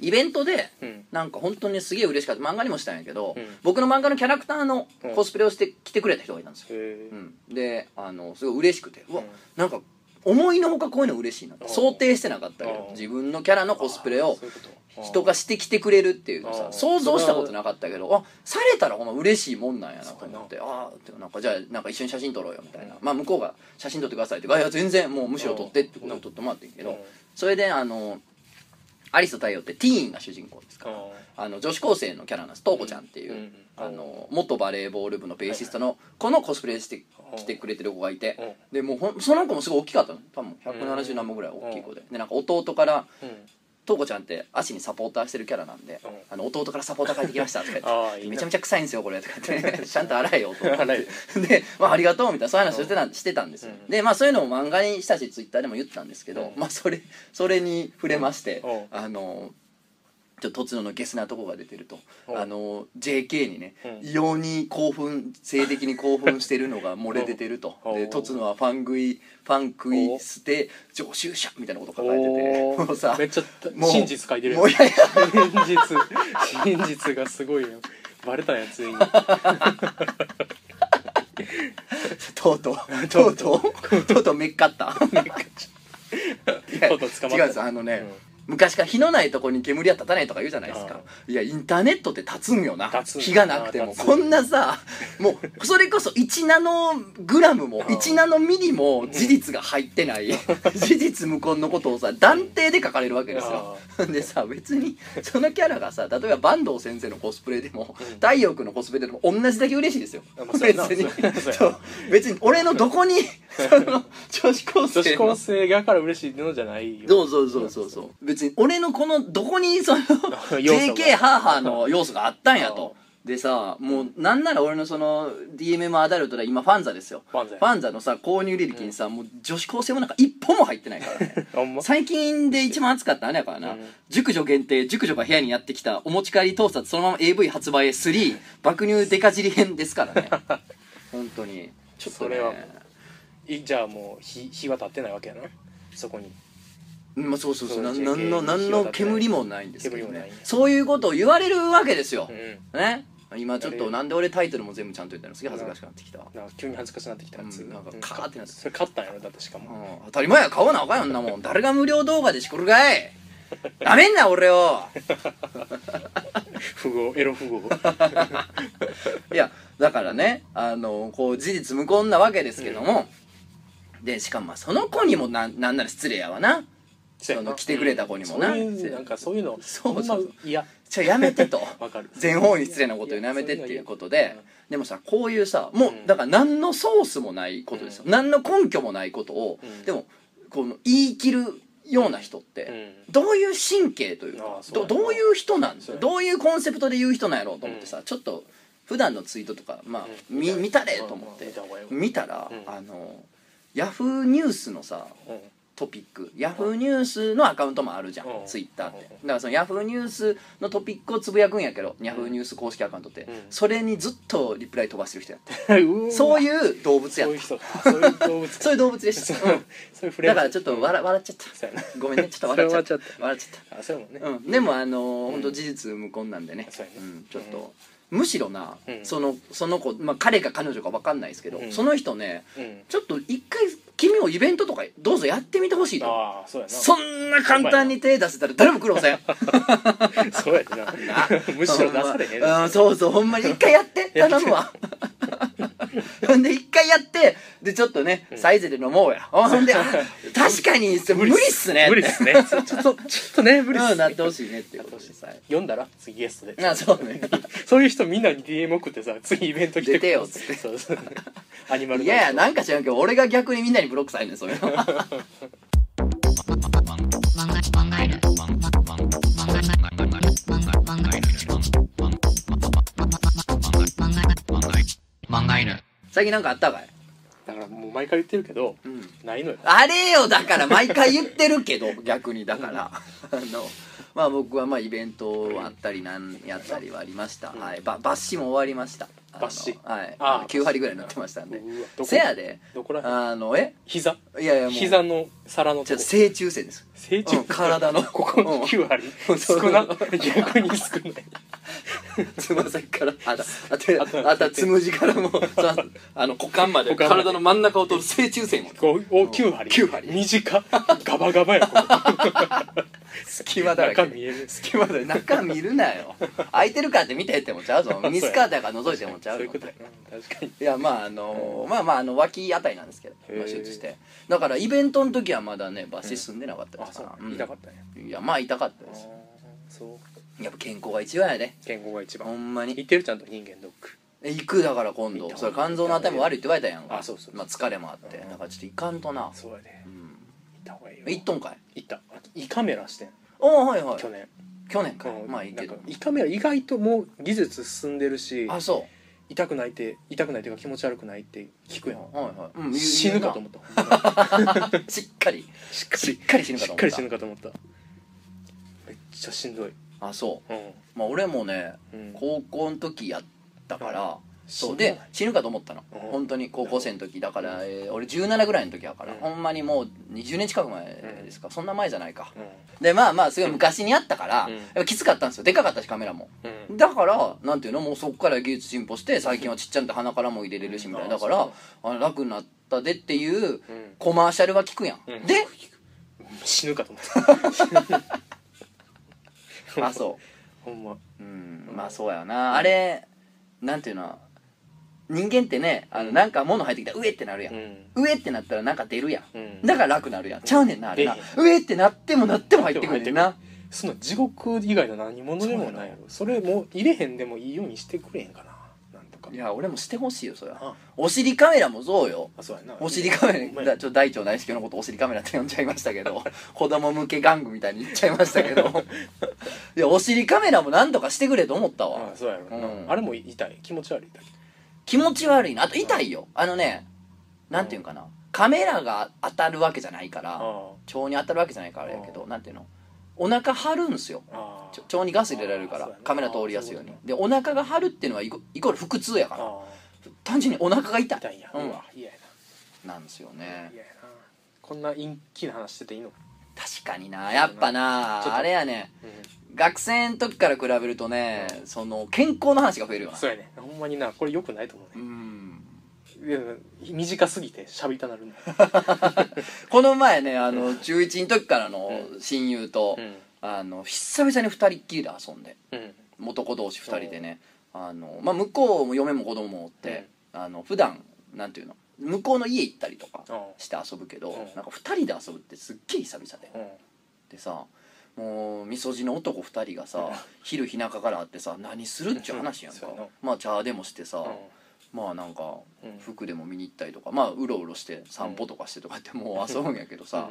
Speaker 1: イベントで
Speaker 2: うん
Speaker 1: なんか本当にすげえ嬉しかった漫画にもしたんやけど、
Speaker 2: うん
Speaker 1: 僕の漫画のキャラクターのコスプレをして来てくれた人がいたんですよ、
Speaker 2: へ
Speaker 1: うん、であのすごい嬉しくてうわ、
Speaker 2: うん
Speaker 1: なんか思いのほかこういうの嬉しいな
Speaker 2: あー
Speaker 1: 想定してなかったけ
Speaker 2: あ
Speaker 1: ど
Speaker 2: ー
Speaker 1: 自分のキャラのコスプレを
Speaker 2: そういうこと
Speaker 1: 人がしてきてくれるっていうの
Speaker 2: あ
Speaker 1: さ
Speaker 2: ー
Speaker 1: 想像したことなかったけどあされたらほんま嬉しいもんなんやなと思って
Speaker 2: そ
Speaker 1: ああーってなんかじゃあなんか一緒に写真撮ろうよみたいなまあ向こうが写真撮ってくださいって言うからいや全然もうむしろ撮ってってことで撮ってもらってんけ
Speaker 2: うん
Speaker 1: どそれであのアリスと太陽ってティーンが主人公ですからあの女子高生のキャラなんですトーコちゃんっていう、
Speaker 2: うんうん
Speaker 1: あの元バレーボール部のベーシストのこのコスプレして
Speaker 2: うん
Speaker 1: 来てくれてる子がいてでもうほんその子もすごい大きかったの多分170何本ぐらい大きい子ででなんか弟から
Speaker 2: うん
Speaker 1: トーコちゃんって足にサポーターしてるキャラなんで
Speaker 2: うん
Speaker 1: 「あの弟からサポーター帰ってきました」とか言って
Speaker 2: ああいいな
Speaker 1: めちゃめちゃ臭いんですよこれ」とか言っ
Speaker 2: <laughs>
Speaker 1: て「ちゃんと洗えよ」とか
Speaker 2: 洗え
Speaker 1: で、まあ、ありがとうみたいなそういう話をしてた,、ん、してたんですよ、
Speaker 2: うん
Speaker 1: でまあそういうのも漫画にしたしツイッターでも言ったんですけど、
Speaker 2: うん
Speaker 1: まあそれそれに触れまして、
Speaker 2: うんうん
Speaker 1: あのちょっと突如のゲスなとこが出てると、
Speaker 2: うん
Speaker 1: あの JK にね、
Speaker 2: うん
Speaker 1: 異様に興奮性的に興奮してるの
Speaker 2: <laughs>
Speaker 1: が漏れ出てると、
Speaker 2: うん
Speaker 1: で
Speaker 2: うん
Speaker 1: 突如はファン食いファン食い捨て常習者みたいなこと書かれてて <laughs> もうさ
Speaker 2: めっちゃ
Speaker 1: もう
Speaker 2: 真実書いてるや
Speaker 1: も
Speaker 2: ん
Speaker 1: ういやいや
Speaker 2: 真実真実がすごいよバレたやついに
Speaker 1: とうとうとうとうとうとうめっかったいや
Speaker 2: とうとう捕まっ
Speaker 1: <laughs>
Speaker 2: た
Speaker 1: 違うんですあのね、昔から火のないとこに煙は立たないとか言うじゃないですかいやインターネットって立つんよな
Speaker 2: 立つ
Speaker 1: 火がなくても
Speaker 2: 立つ
Speaker 1: こんなさも
Speaker 2: <laughs>
Speaker 1: うそれこそ1ナノグラムも
Speaker 2: ん
Speaker 1: 1ナノミリも事実が入ってない <laughs> 事実無根のことをさ断定で書かれるわけですよでさ別にそのキャラがさ例えば坂東先生のコスプレでも、
Speaker 2: うん
Speaker 1: 太陽君のコスプレでも同じだけ嬉しいですよ、
Speaker 2: あま
Speaker 1: 別
Speaker 2: あそうやな
Speaker 1: に
Speaker 2: そうやなそうやな
Speaker 1: そう別に俺のどこに
Speaker 2: <laughs>
Speaker 1: その女子高
Speaker 2: 女
Speaker 1: 生
Speaker 2: 子高
Speaker 1: の
Speaker 2: 生がから嬉しいのじゃないよ
Speaker 1: そうそうそうそうそう別に俺のこのどこにその
Speaker 2: 要素が
Speaker 1: JK ハーハーの要素があったんやとでさもうなんなら俺のその DMM アダルトだ今ファンザですよ
Speaker 2: ファンザや
Speaker 1: ファンザのさ購入履歴にさ、もう女子高生もなんか一歩も入ってないから
Speaker 2: <laughs>
Speaker 1: ね
Speaker 2: ほんま
Speaker 1: 最近で一番暑かったあれやからな、
Speaker 2: うん
Speaker 1: 熟女限定熟女が部屋にやってきたお持ち帰り盗撮そのまま AV 発売へ3爆乳デカ尻編ですからね本当にちょっと
Speaker 2: そ
Speaker 1: ね
Speaker 2: れははいじゃあもう日日は立ってないわけやなそこに
Speaker 1: まあ、そうそうそう
Speaker 2: そう
Speaker 1: な
Speaker 2: JK
Speaker 1: なんのなんの煙もないんですけど
Speaker 2: 煙もない
Speaker 1: ねそういうことを言われるわけですよ
Speaker 2: う、ん
Speaker 1: ね今ちょっとなんで俺タイトルも全部ちゃんと言ったのすげえ恥ずかしくなってきたわ、
Speaker 2: なんか急に恥ずかしくなってきたやつ
Speaker 1: うんなんかカーってなって
Speaker 2: それ勝ったんやろだってしか
Speaker 1: う
Speaker 2: も
Speaker 1: ん当たり前や買わなあかんよんなも
Speaker 2: <laughs>
Speaker 1: ん誰が無料動画でしこるかいなめんな俺を
Speaker 2: 富豪エロ富豪
Speaker 1: いやだからねあのこう事実無根なわけですけども、でしかもまあその子にもなんなんなら失礼やわな
Speaker 2: そうやな
Speaker 1: その来てくれた子にもな
Speaker 2: そういうなんかそういうの
Speaker 1: そうそう
Speaker 2: ほんまいや
Speaker 1: ちょやめて
Speaker 2: <laughs>
Speaker 1: と
Speaker 2: わかる
Speaker 1: 全方位に失礼なこと言うのやめてっていうことで
Speaker 2: うん
Speaker 1: でもさこういうさもう
Speaker 2: うん
Speaker 1: だから何のソースもないことですよ、
Speaker 2: うん
Speaker 1: 何の根拠もないことを、
Speaker 2: うん
Speaker 1: でもこの言い切るような人って、
Speaker 2: うん
Speaker 1: どういう神経という
Speaker 2: あ
Speaker 1: か
Speaker 2: あそう
Speaker 1: ど
Speaker 2: やな
Speaker 1: どういう人なん
Speaker 2: そうやな
Speaker 1: どういうコンセプトで言う人なんやろうと思ってさ、
Speaker 2: う
Speaker 1: ちょっと普段のツイートとか、まあ
Speaker 2: うん
Speaker 1: み見たれ
Speaker 2: うん
Speaker 1: と思って、
Speaker 2: 見た方がいいわ
Speaker 1: 見たら、
Speaker 2: うん
Speaker 1: あのヤフーニュースのさ
Speaker 2: うん
Speaker 1: トピックヤフーニュースのアカウントもあるじゃん、
Speaker 2: うん
Speaker 1: ツイッターって
Speaker 2: うん
Speaker 1: だからそのヤフーニュースのトピックをつぶやくんやけど、ヤフーニュース公式アカウントって、
Speaker 2: うん
Speaker 1: それにずっとリプライ飛ばしてる人やって、
Speaker 2: わ
Speaker 1: <laughs> そういう動物や
Speaker 2: そう
Speaker 1: っ
Speaker 2: いう
Speaker 1: た
Speaker 2: 人そういう動物
Speaker 1: そういう動物でした、
Speaker 2: そう
Speaker 1: うん
Speaker 2: そういうフレー
Speaker 1: だから
Speaker 2: ズ
Speaker 1: ちょっと笑笑っちゃっ
Speaker 2: そうやな
Speaker 1: たごめんねちょっと笑っちゃった
Speaker 2: そ
Speaker 1: 笑っちゃった
Speaker 2: あそうやもんね
Speaker 1: うん、でもあのー本当事実無根なんでね、
Speaker 2: そうやね
Speaker 1: ん、ちょっと、むしろな、
Speaker 2: うん
Speaker 1: そのその子、まあ、彼か彼女か分かんないですけど、
Speaker 2: うん
Speaker 1: その人ね
Speaker 2: うん
Speaker 1: ちょっと一回君もイベントとかどうぞやってみてほしいと
Speaker 2: ああそうやな
Speaker 1: そんな簡単に手出せたら誰も苦労せん
Speaker 2: そうやな <laughs> むしろ出されへん
Speaker 1: うんうんそうそうほんまに一回や
Speaker 2: <laughs>
Speaker 1: って頼むわ <laughs> ほんで一回やってでちょっとね、サイズで飲もう
Speaker 2: <laughs>
Speaker 1: やほんであ確かに無理っすね
Speaker 2: 無理っすねちょっとちょっとね無理っ
Speaker 1: うん
Speaker 2: す
Speaker 1: なっ
Speaker 2: ね
Speaker 1: てほしいねっていうことでさ
Speaker 2: 読んだら次ゲストで
Speaker 1: あそう
Speaker 2: <laughs>
Speaker 1: ね
Speaker 2: そういう人みんなに DM 送ってさ次イベント来て
Speaker 1: 出てよっつって
Speaker 2: そうそうアニマル
Speaker 1: いやいやなんか知らんけど俺が逆にみんなにブロックされんねんそういうの <laughs> 最近なんかあったかい
Speaker 2: だからもう毎回言ってるけど、
Speaker 1: ん
Speaker 2: ないのよ
Speaker 1: あれよだから毎回言ってるけど <laughs> 逆にだからあのまあ僕はまあイベントあったりなんやったりはありました、はいばバッシも終わりましたあの
Speaker 2: バッシ
Speaker 1: はい
Speaker 2: あー
Speaker 1: 9割ぐらい乗ってましたんで
Speaker 2: うわどこ
Speaker 1: せやで
Speaker 2: どこら辺
Speaker 1: あのえ
Speaker 2: 膝
Speaker 1: いやいやもう
Speaker 2: 膝の皿の
Speaker 1: ち
Speaker 2: と
Speaker 1: ょっ
Speaker 2: こと
Speaker 1: 正中線です
Speaker 2: 成長
Speaker 1: うん体の
Speaker 2: <laughs> ここ
Speaker 1: うん
Speaker 2: 9割
Speaker 1: うん
Speaker 2: 少な逆に少ない
Speaker 1: <laughs> つま先からあたあて
Speaker 3: あと
Speaker 1: あたつむじから
Speaker 2: <laughs>
Speaker 1: もうそのあの股間まで
Speaker 2: 股間まで
Speaker 1: 体の真ん中を通る正中線を
Speaker 2: こうお9針
Speaker 1: 9針
Speaker 2: 短っガバガバやこれ
Speaker 1: 隙間だらけ
Speaker 2: 中見える
Speaker 1: 隙間だらけ中見るな
Speaker 2: <laughs>
Speaker 1: よ空いてるかって見てってもちゃうぞミスカーターが覗いてもちゃう
Speaker 2: そういう
Speaker 1: よ
Speaker 2: ことやな確かに
Speaker 1: いやまああのまあまああの脇あたりなんですけど、
Speaker 2: へー
Speaker 1: まあ手術してだからイベントの時はまだねバシ進んでなかったですから、ん
Speaker 2: 痛かったね
Speaker 1: いやまあ痛かったです
Speaker 2: そう
Speaker 1: やっぱ健康が一番やね
Speaker 2: 健康が一
Speaker 1: ほ
Speaker 2: 番
Speaker 1: んまに
Speaker 2: 行ってるちゃんと人間ドック
Speaker 1: え行くだから今度
Speaker 2: 行った
Speaker 1: それ肝臓の頭悪いって言われたやんか
Speaker 2: あそうそう
Speaker 1: まあ、疲れもあって
Speaker 2: うん
Speaker 1: だからちょっと行かんとな
Speaker 2: そうやね
Speaker 1: うん
Speaker 2: 行った方がいいよ
Speaker 1: 行っとんかい
Speaker 2: 行った胃カメラしてん
Speaker 1: おおはいはい
Speaker 2: 去年
Speaker 1: 去年か
Speaker 2: うん
Speaker 1: まあいいけど
Speaker 2: なんか胃カメラ意外ともう技術進んでるし
Speaker 1: あそ
Speaker 2: 痛くないって痛くないっていうか気持ち悪くないって聞くや
Speaker 1: うはいはい、うんん、
Speaker 2: 死ぬかと
Speaker 1: 思
Speaker 2: 思った
Speaker 1: うしっかり
Speaker 2: <laughs> しっかり
Speaker 1: しっかり死ぬか
Speaker 2: し
Speaker 1: と思
Speaker 2: っか
Speaker 1: っ
Speaker 2: り死ぬ
Speaker 1: た
Speaker 2: かと思っためっちゃしんどい
Speaker 1: あそ
Speaker 2: うん
Speaker 1: うまあ俺もね
Speaker 2: うん
Speaker 1: 高校の時やったから、そう
Speaker 2: 死ぬ
Speaker 1: で
Speaker 2: な
Speaker 1: 死ぬかと思ったの
Speaker 2: うん
Speaker 1: 本当に高校生の時だから、えー俺17ぐらいの時やから、
Speaker 2: うん
Speaker 1: ほんまにもう20年近く前ですか、そんな前じゃないか
Speaker 2: うん
Speaker 1: でまあまあすごい昔にあったから、
Speaker 2: うん
Speaker 1: やっぱきつかったんですよでかかったしカメラも
Speaker 2: うん
Speaker 1: だからなんていうのもうそこから技術進歩して最近はちっちゃんって鼻からも入れれるしみたいなだからあの楽になったでっていう
Speaker 2: うん
Speaker 1: コマーシャルは聞くやん、
Speaker 2: うん <laughs>
Speaker 1: で
Speaker 2: 死ぬかと思
Speaker 1: <laughs>
Speaker 2: った
Speaker 1: あそ
Speaker 2: ほんま
Speaker 1: ううんまあそうやなあれなんていうの人間ってねあのなんか物入ってきたらうえってなるや、
Speaker 2: うんん
Speaker 1: うえってなったらなんか出るやん
Speaker 2: うん
Speaker 1: だから楽なるやんちゃうねんなあれな
Speaker 2: 出
Speaker 1: うえってなってもなっても入ってくるねんな
Speaker 2: その地獄以外の何物でもないやろそれもう入れへんでもいいようにしてくれへんかななんとか
Speaker 1: いや俺もしてほしいよそりゃ
Speaker 2: あ
Speaker 1: お尻カメラもそうよ
Speaker 2: あそうやな
Speaker 1: お尻カメ
Speaker 2: ほんま
Speaker 1: ラ
Speaker 2: や
Speaker 1: だちょっと大腸内視鏡のことお尻カメラって呼んじゃいましたけど <laughs> 子供向け玩具みたいに言っちゃいましたけ <laughs> どいやお尻カメラも何とかしてくれと思ったわ
Speaker 2: あそうやろな、
Speaker 1: うん
Speaker 2: あれも痛い気持ち悪いだけ
Speaker 1: 気持ち悪いなあと痛いよあのねなんていうんかなカメラが当たるわけじゃないから
Speaker 2: あ
Speaker 1: 腸に当たるわけじゃないからあれやけどなんていうのお腹張るんすよ
Speaker 2: あ
Speaker 1: ちょ腸にガス入れられるか
Speaker 2: あー
Speaker 1: ら
Speaker 2: そうやな
Speaker 1: カメラ通りやすいように
Speaker 2: あー
Speaker 1: でお腹が張るっていうのはイコイコール腹痛やから
Speaker 2: あ
Speaker 1: 単純にお腹が痛
Speaker 2: あ
Speaker 1: い
Speaker 2: 痛いんや、
Speaker 1: う
Speaker 2: うんわ嫌や
Speaker 1: なんですよ
Speaker 2: な
Speaker 1: ね
Speaker 2: 嫌やなこんな陰気な話してていいの、
Speaker 1: 確かになやっぱ
Speaker 2: ちょっ
Speaker 1: な
Speaker 2: と
Speaker 1: あれやね
Speaker 2: うん、
Speaker 1: 学生の時から比べるとね、その健康の話が増えるよな
Speaker 2: そうやねほんまになこれよくないと思う
Speaker 1: う
Speaker 2: ね、
Speaker 1: ん
Speaker 2: いや短すぎて喋りたなるんだ、
Speaker 1: この前ねあの中1の時からの親友と、
Speaker 2: うん
Speaker 1: あの久々に2人っきりで遊んで
Speaker 2: うん、
Speaker 1: 男同士2人でねあの、まあ、向こうも嫁も子供もおって、あの普段なんていうの向こうの家行ったりとかして遊ぶけど、
Speaker 2: うん
Speaker 1: なんか2人で遊ぶってすっげえ久々で
Speaker 2: うん
Speaker 1: でさもうみそじの男2人がさ昼日中から会ってさ何するっちゅう話やんか
Speaker 2: そうやな
Speaker 1: まあ茶でもしてさ、
Speaker 2: う
Speaker 1: まあなんか
Speaker 2: んうん
Speaker 1: 服でも見に行ったりとかまあうろうろして散歩とかしてとかってもう遊ぶんやけどさ、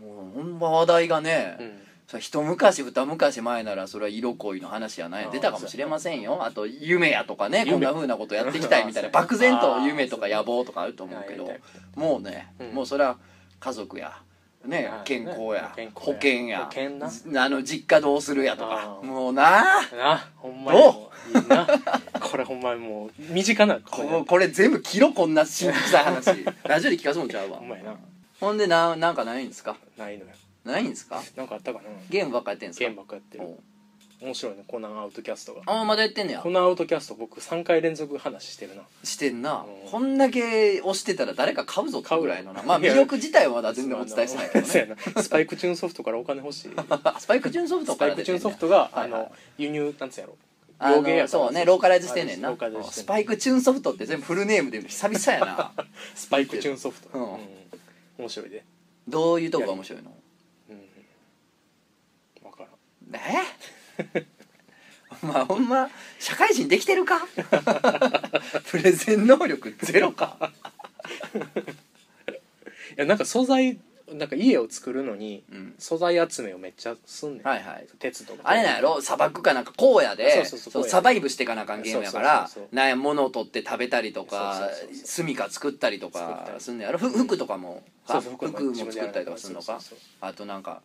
Speaker 1: もうほんま話題がね、
Speaker 2: うんうん
Speaker 1: それ一昔二昔前ならそれは色恋の話やな
Speaker 2: あー
Speaker 1: 出たかもしれませんよあと夢やとかねこんなふうなことやっていきたいみ
Speaker 2: <laughs>
Speaker 1: たいな
Speaker 2: 夢あー
Speaker 1: 漠然
Speaker 2: あ
Speaker 1: と
Speaker 2: ー
Speaker 1: 夢とか野望とかあると思うけ
Speaker 2: は
Speaker 1: ど
Speaker 2: い
Speaker 1: もうね、
Speaker 2: うん
Speaker 1: もうそれは家族や。ね
Speaker 2: はい、
Speaker 1: 健康や
Speaker 2: 健康
Speaker 1: 保
Speaker 2: や
Speaker 1: 険や
Speaker 2: 保険な
Speaker 1: ずあの実家どうするやとか
Speaker 2: あー
Speaker 1: もうなあ
Speaker 2: なほんまにもういいなこれほんまにもう身近なこ
Speaker 1: こ
Speaker 2: れ
Speaker 1: これ全部切ろこんなしんどくさい
Speaker 2: <laughs>
Speaker 1: 話ラジオで聞かすもんちゃうわ
Speaker 2: ほんまやな
Speaker 1: ほんでななんかないんですか
Speaker 2: ないのよ
Speaker 1: ないんですか
Speaker 2: なんかあったかな
Speaker 1: ゲームばっかやってんすか
Speaker 2: ゲームばっかやってる
Speaker 1: おう
Speaker 2: 面白いねコナンアウトキャストが
Speaker 1: ああまだやってんねや
Speaker 2: コナンアウトキャスト僕3回連続話してるな
Speaker 1: してんな
Speaker 2: うん
Speaker 1: こんだけ押してたら誰か買うぞってぐらいのな
Speaker 2: 買う
Speaker 1: まあ魅力自体はまだ全然お伝えしてないけど
Speaker 2: <laughs> そうや
Speaker 1: ね
Speaker 2: なスパイクチューンソフトからお金欲し
Speaker 1: <laughs>
Speaker 2: い
Speaker 1: あスパイクチューンソフト
Speaker 2: ス
Speaker 1: か
Speaker 2: パイ
Speaker 1: ら
Speaker 2: ク
Speaker 1: 出て
Speaker 2: チ
Speaker 1: んね
Speaker 2: ューン
Speaker 1: や
Speaker 2: ソフトが
Speaker 1: は
Speaker 2: あ
Speaker 1: いはい
Speaker 2: の輸入なんつうやろ
Speaker 1: あの
Speaker 2: 洋芸やから
Speaker 1: そうねローカライズしてんねん
Speaker 2: ロ
Speaker 1: な
Speaker 2: ーカライズして
Speaker 1: ス
Speaker 2: ん
Speaker 1: パイクチューンソフトって全部フルネームで言うの久々や
Speaker 2: <laughs>
Speaker 1: な
Speaker 2: スパイクチューンソフト、
Speaker 1: うん
Speaker 2: うん面白いで
Speaker 1: どういうとこが面白いの
Speaker 2: うん分からん
Speaker 1: え <laughs> まあほんま社会人できてるか <laughs> プレゼン能力ゼロか <laughs>
Speaker 2: いやなんか素材なんか家を作るのに
Speaker 1: うん
Speaker 2: 素材集めをめっちゃすんねん、
Speaker 1: はいはい
Speaker 2: 鉄とか
Speaker 1: あれなんやろ砂漠かなんか荒野で
Speaker 2: そうそうそう
Speaker 1: そう
Speaker 2: 荒野
Speaker 1: サバイブしていかなあかんゲームやから
Speaker 2: そうそうそうそう
Speaker 1: なんや物を取って食べたりと
Speaker 2: そ
Speaker 1: か
Speaker 2: うそうそうそう
Speaker 1: 住みか作ったりと
Speaker 2: 作った
Speaker 1: か
Speaker 2: り
Speaker 1: すんのやろふ服とかも
Speaker 2: そう
Speaker 1: あ
Speaker 2: そう
Speaker 1: 服も作ったりとかするのか
Speaker 2: そうそうそ
Speaker 1: あとなんか